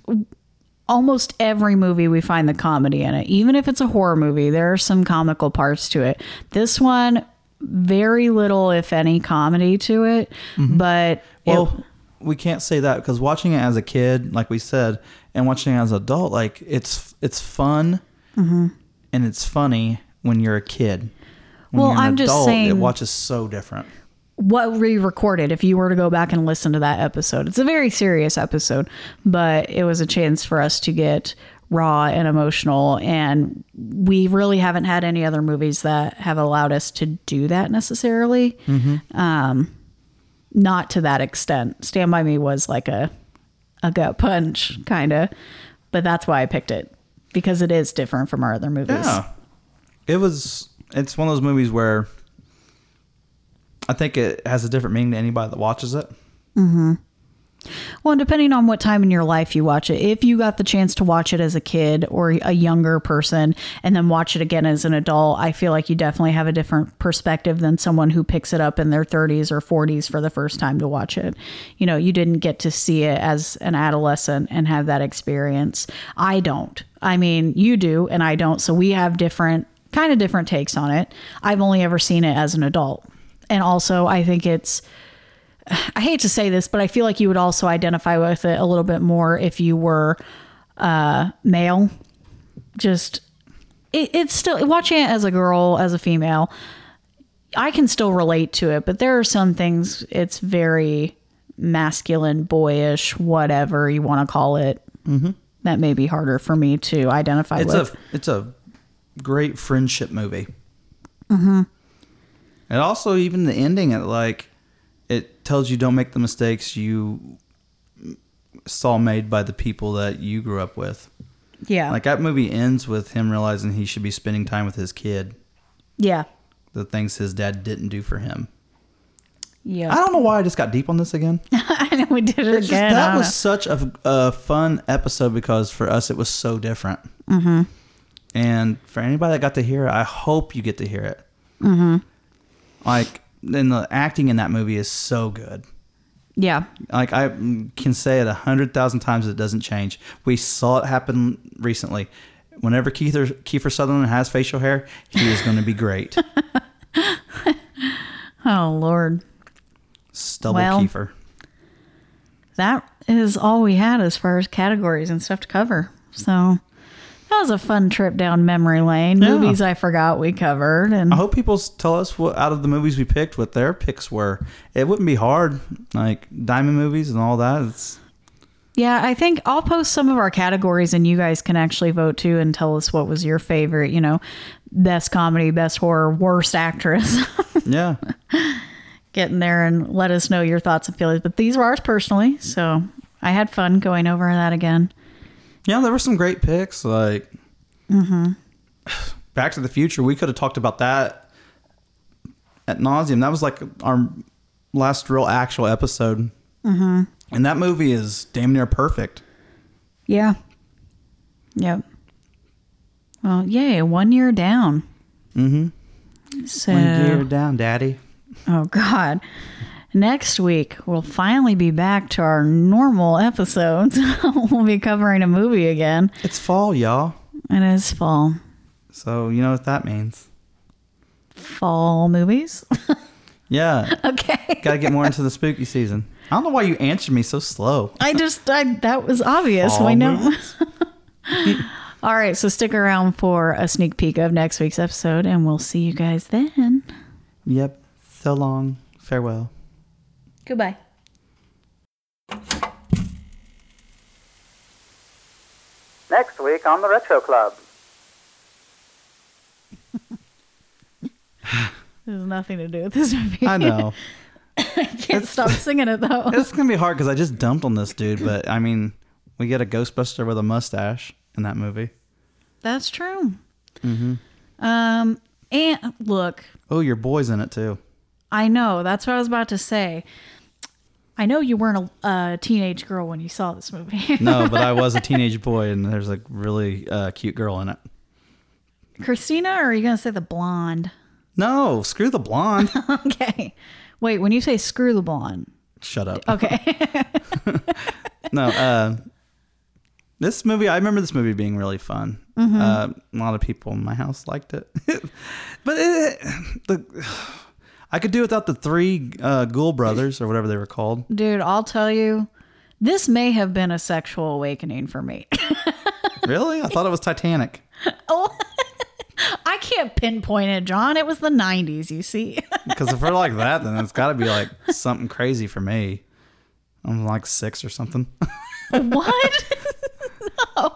[SPEAKER 4] almost every movie we find the comedy in it, even if it's a horror movie, there are some comical parts to it. This one, very little, if any, comedy to it. But it-
[SPEAKER 3] Mm-hmm. Well, we can't say that because watching it as a kid, like we said, and watching it as an adult, like it's it's fun
[SPEAKER 4] Mm-hmm.
[SPEAKER 3] and it's funny when you're a kid. When
[SPEAKER 4] Well,
[SPEAKER 3] you're
[SPEAKER 4] I'm just
[SPEAKER 3] it
[SPEAKER 4] saying-
[SPEAKER 3] watches so different.
[SPEAKER 4] what we recorded if you were to go back and listen to that episode it's a very serious episode but it was a chance for us to get raw and emotional and we really haven't had any other movies that have allowed us to do that necessarily um not to that extent stand by me was like a a gut punch kind of but that's why i picked it because it is different from our other movies
[SPEAKER 3] Yeah, it was. It's one of those movies where I think it has a different meaning to anybody that watches it.
[SPEAKER 4] Well, and depending on what time in your life you watch it, if you got the chance to watch it as a kid or a younger person and then watch it again as an adult, I feel like you definitely have a different perspective than someone who picks it up in their 30s or 40s for the first time to watch it. You know, you didn't get to see it as an adolescent and have that experience. I don't. I mean, you do, and I don't. So we have different, kind of different takes on it. I've only ever seen it as an adult. And also, I think it's. I hate to say this, but I feel like you would also identify with it a little bit more if you were uh, male. Just it, it's still watching it as a girl, as a female. I can still relate to it, but there are some things it's very masculine, boyish, whatever you want to call it. Mm-hmm. That may be harder for me to identify
[SPEAKER 3] It's
[SPEAKER 4] with.
[SPEAKER 3] a it's a great friendship movie. Mm-hmm. And also, even the ending, it like it tells you don't make the mistakes you saw made by the people that you grew up with.
[SPEAKER 4] yeah,
[SPEAKER 3] Like that movie ends with him realizing he should be spending time with his kid,
[SPEAKER 4] yeah,
[SPEAKER 3] the things his dad didn't do for him. I
[SPEAKER 4] yeah.
[SPEAKER 3] don't know why I just got deep on this again.
[SPEAKER 4] I know we did it
[SPEAKER 3] It's just-
[SPEAKER 4] again. I
[SPEAKER 3] that
[SPEAKER 4] don't
[SPEAKER 3] was
[SPEAKER 4] know.
[SPEAKER 3] such a, a fun episode because for us it was so different. Mm-hmm. And for anybody that got to hear it, I hope you get to hear it. Mm-hmm. Like, and the acting in that movie is so good.
[SPEAKER 4] yeah,
[SPEAKER 3] Like I can say it a hundred thousand times, it doesn't change. We saw it happen recently. Whenever Keith or, Kiefer Sutherland has facial hair, he is going to be great.
[SPEAKER 4] oh Lord.
[SPEAKER 3] Stubble
[SPEAKER 4] Well,
[SPEAKER 3] Kiefer.
[SPEAKER 4] that is all we had as far as categories and stuff to cover. So that was a fun trip down memory lane.
[SPEAKER 3] Yeah. Uh-huh.
[SPEAKER 4] Movies I forgot we covered, and
[SPEAKER 3] I hope people s- tell us what out of the movies we picked, what their picks were. It wouldn't be hard, like diamond movies and all that. It's
[SPEAKER 4] yeah, I think I'll post some of our categories, and you guys can actually vote too and tell us what was your favorite. You know, best comedy, best horror, worst actress.
[SPEAKER 3] yeah,
[SPEAKER 4] Get in there and let us know your thoughts and feelings. But these were ours personally, so I had fun going over that again.
[SPEAKER 3] yeah. There were some great picks, like Back to the Future. We could have talked about that at nauseum. That was like our last real actual episode, mm-hmm. and that movie is damn near perfect.
[SPEAKER 4] Yeah. Yep. Well, yay, one year down. Mm-hmm. So,
[SPEAKER 3] down, Daddy.
[SPEAKER 4] oh God. Next week, we'll finally be back to our normal episodes. we'll be covering a movie again.
[SPEAKER 3] It's fall, y'all.
[SPEAKER 4] It is fall.
[SPEAKER 3] So you know what that means.
[SPEAKER 4] Fall movies?
[SPEAKER 3] Yeah,
[SPEAKER 4] okay.
[SPEAKER 3] gotta get more into the spooky season. I don't know why you answered me so slow.
[SPEAKER 4] I just, I, that was obvious.
[SPEAKER 3] Fall
[SPEAKER 4] Why not?
[SPEAKER 3] movies?
[SPEAKER 4] All right, so stick around for a sneak peek of next week's episode, and we'll see you guys then.
[SPEAKER 3] Yep. So long. Farewell.
[SPEAKER 4] Goodbye.
[SPEAKER 2] Next week on the Retro Club.
[SPEAKER 4] This has nothing to do with this movie.
[SPEAKER 3] I know.
[SPEAKER 4] Can't stop singing it though.
[SPEAKER 3] it's gonna be hard because I just dumped on this dude, but I mean, we get a Ghostbuster with a mustache in that movie.
[SPEAKER 4] That's true. Um, and look,
[SPEAKER 3] Oh, your boy's in it too.
[SPEAKER 4] I know. That's what I was about to say. I know you weren't a, a teenage girl when you saw this movie.
[SPEAKER 3] No, but I was a teenage boy, and there's a really uh, cute girl in it.
[SPEAKER 4] Christina, or are you going to say the blonde?
[SPEAKER 3] No, screw the blonde.
[SPEAKER 4] Okay. Wait, when you say screw the blonde.
[SPEAKER 3] Shut up.
[SPEAKER 4] Okay.
[SPEAKER 3] No, uh, this movie. I remember this movie being really fun. Uh, a lot of people in my house liked it, but it, the I could do without the three uh, Ghoul brothers or whatever they were called.
[SPEAKER 4] Dude, I'll tell you, this may have been a sexual awakening for me.
[SPEAKER 3] Really, I thought it was Titanic.
[SPEAKER 4] Oh, I can't pinpoint it, John. It was the 90s, you see.
[SPEAKER 3] Because if we're like that, then it's got to be like something crazy for me. I'm like six or something.
[SPEAKER 4] what?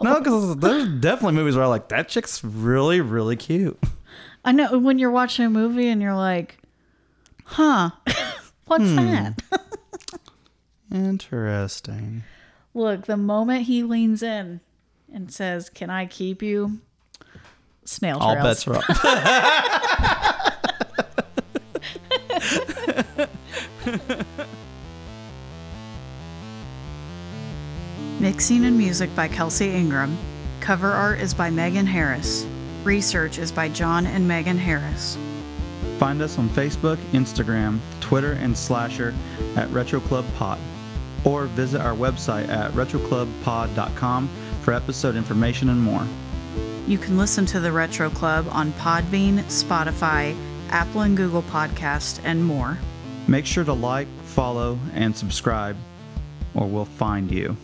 [SPEAKER 3] no, because there's definitely movies where I'm like, that chick's really, really cute.
[SPEAKER 4] I know when you're watching a movie and you're like, huh, what's that?
[SPEAKER 3] Interesting.
[SPEAKER 4] Look, the moment he leans in and says, Can I keep you? Snail
[SPEAKER 3] All
[SPEAKER 4] trails.
[SPEAKER 3] bets are off.
[SPEAKER 4] Mixing and music by Kelsey Ingram. Cover art is by Megan Harris. Research is by John and Megan Harris.
[SPEAKER 3] Find us on Facebook, Instagram, Twitter, and Slasher at Retro Club Pod. Or visit our website at retroclubpod.com for episode information and more.
[SPEAKER 4] You can listen to The Retro Club on Podbean, Spotify, Apple and Google Podcast, and more.
[SPEAKER 3] Make sure to like, follow, and subscribe, or we'll find you.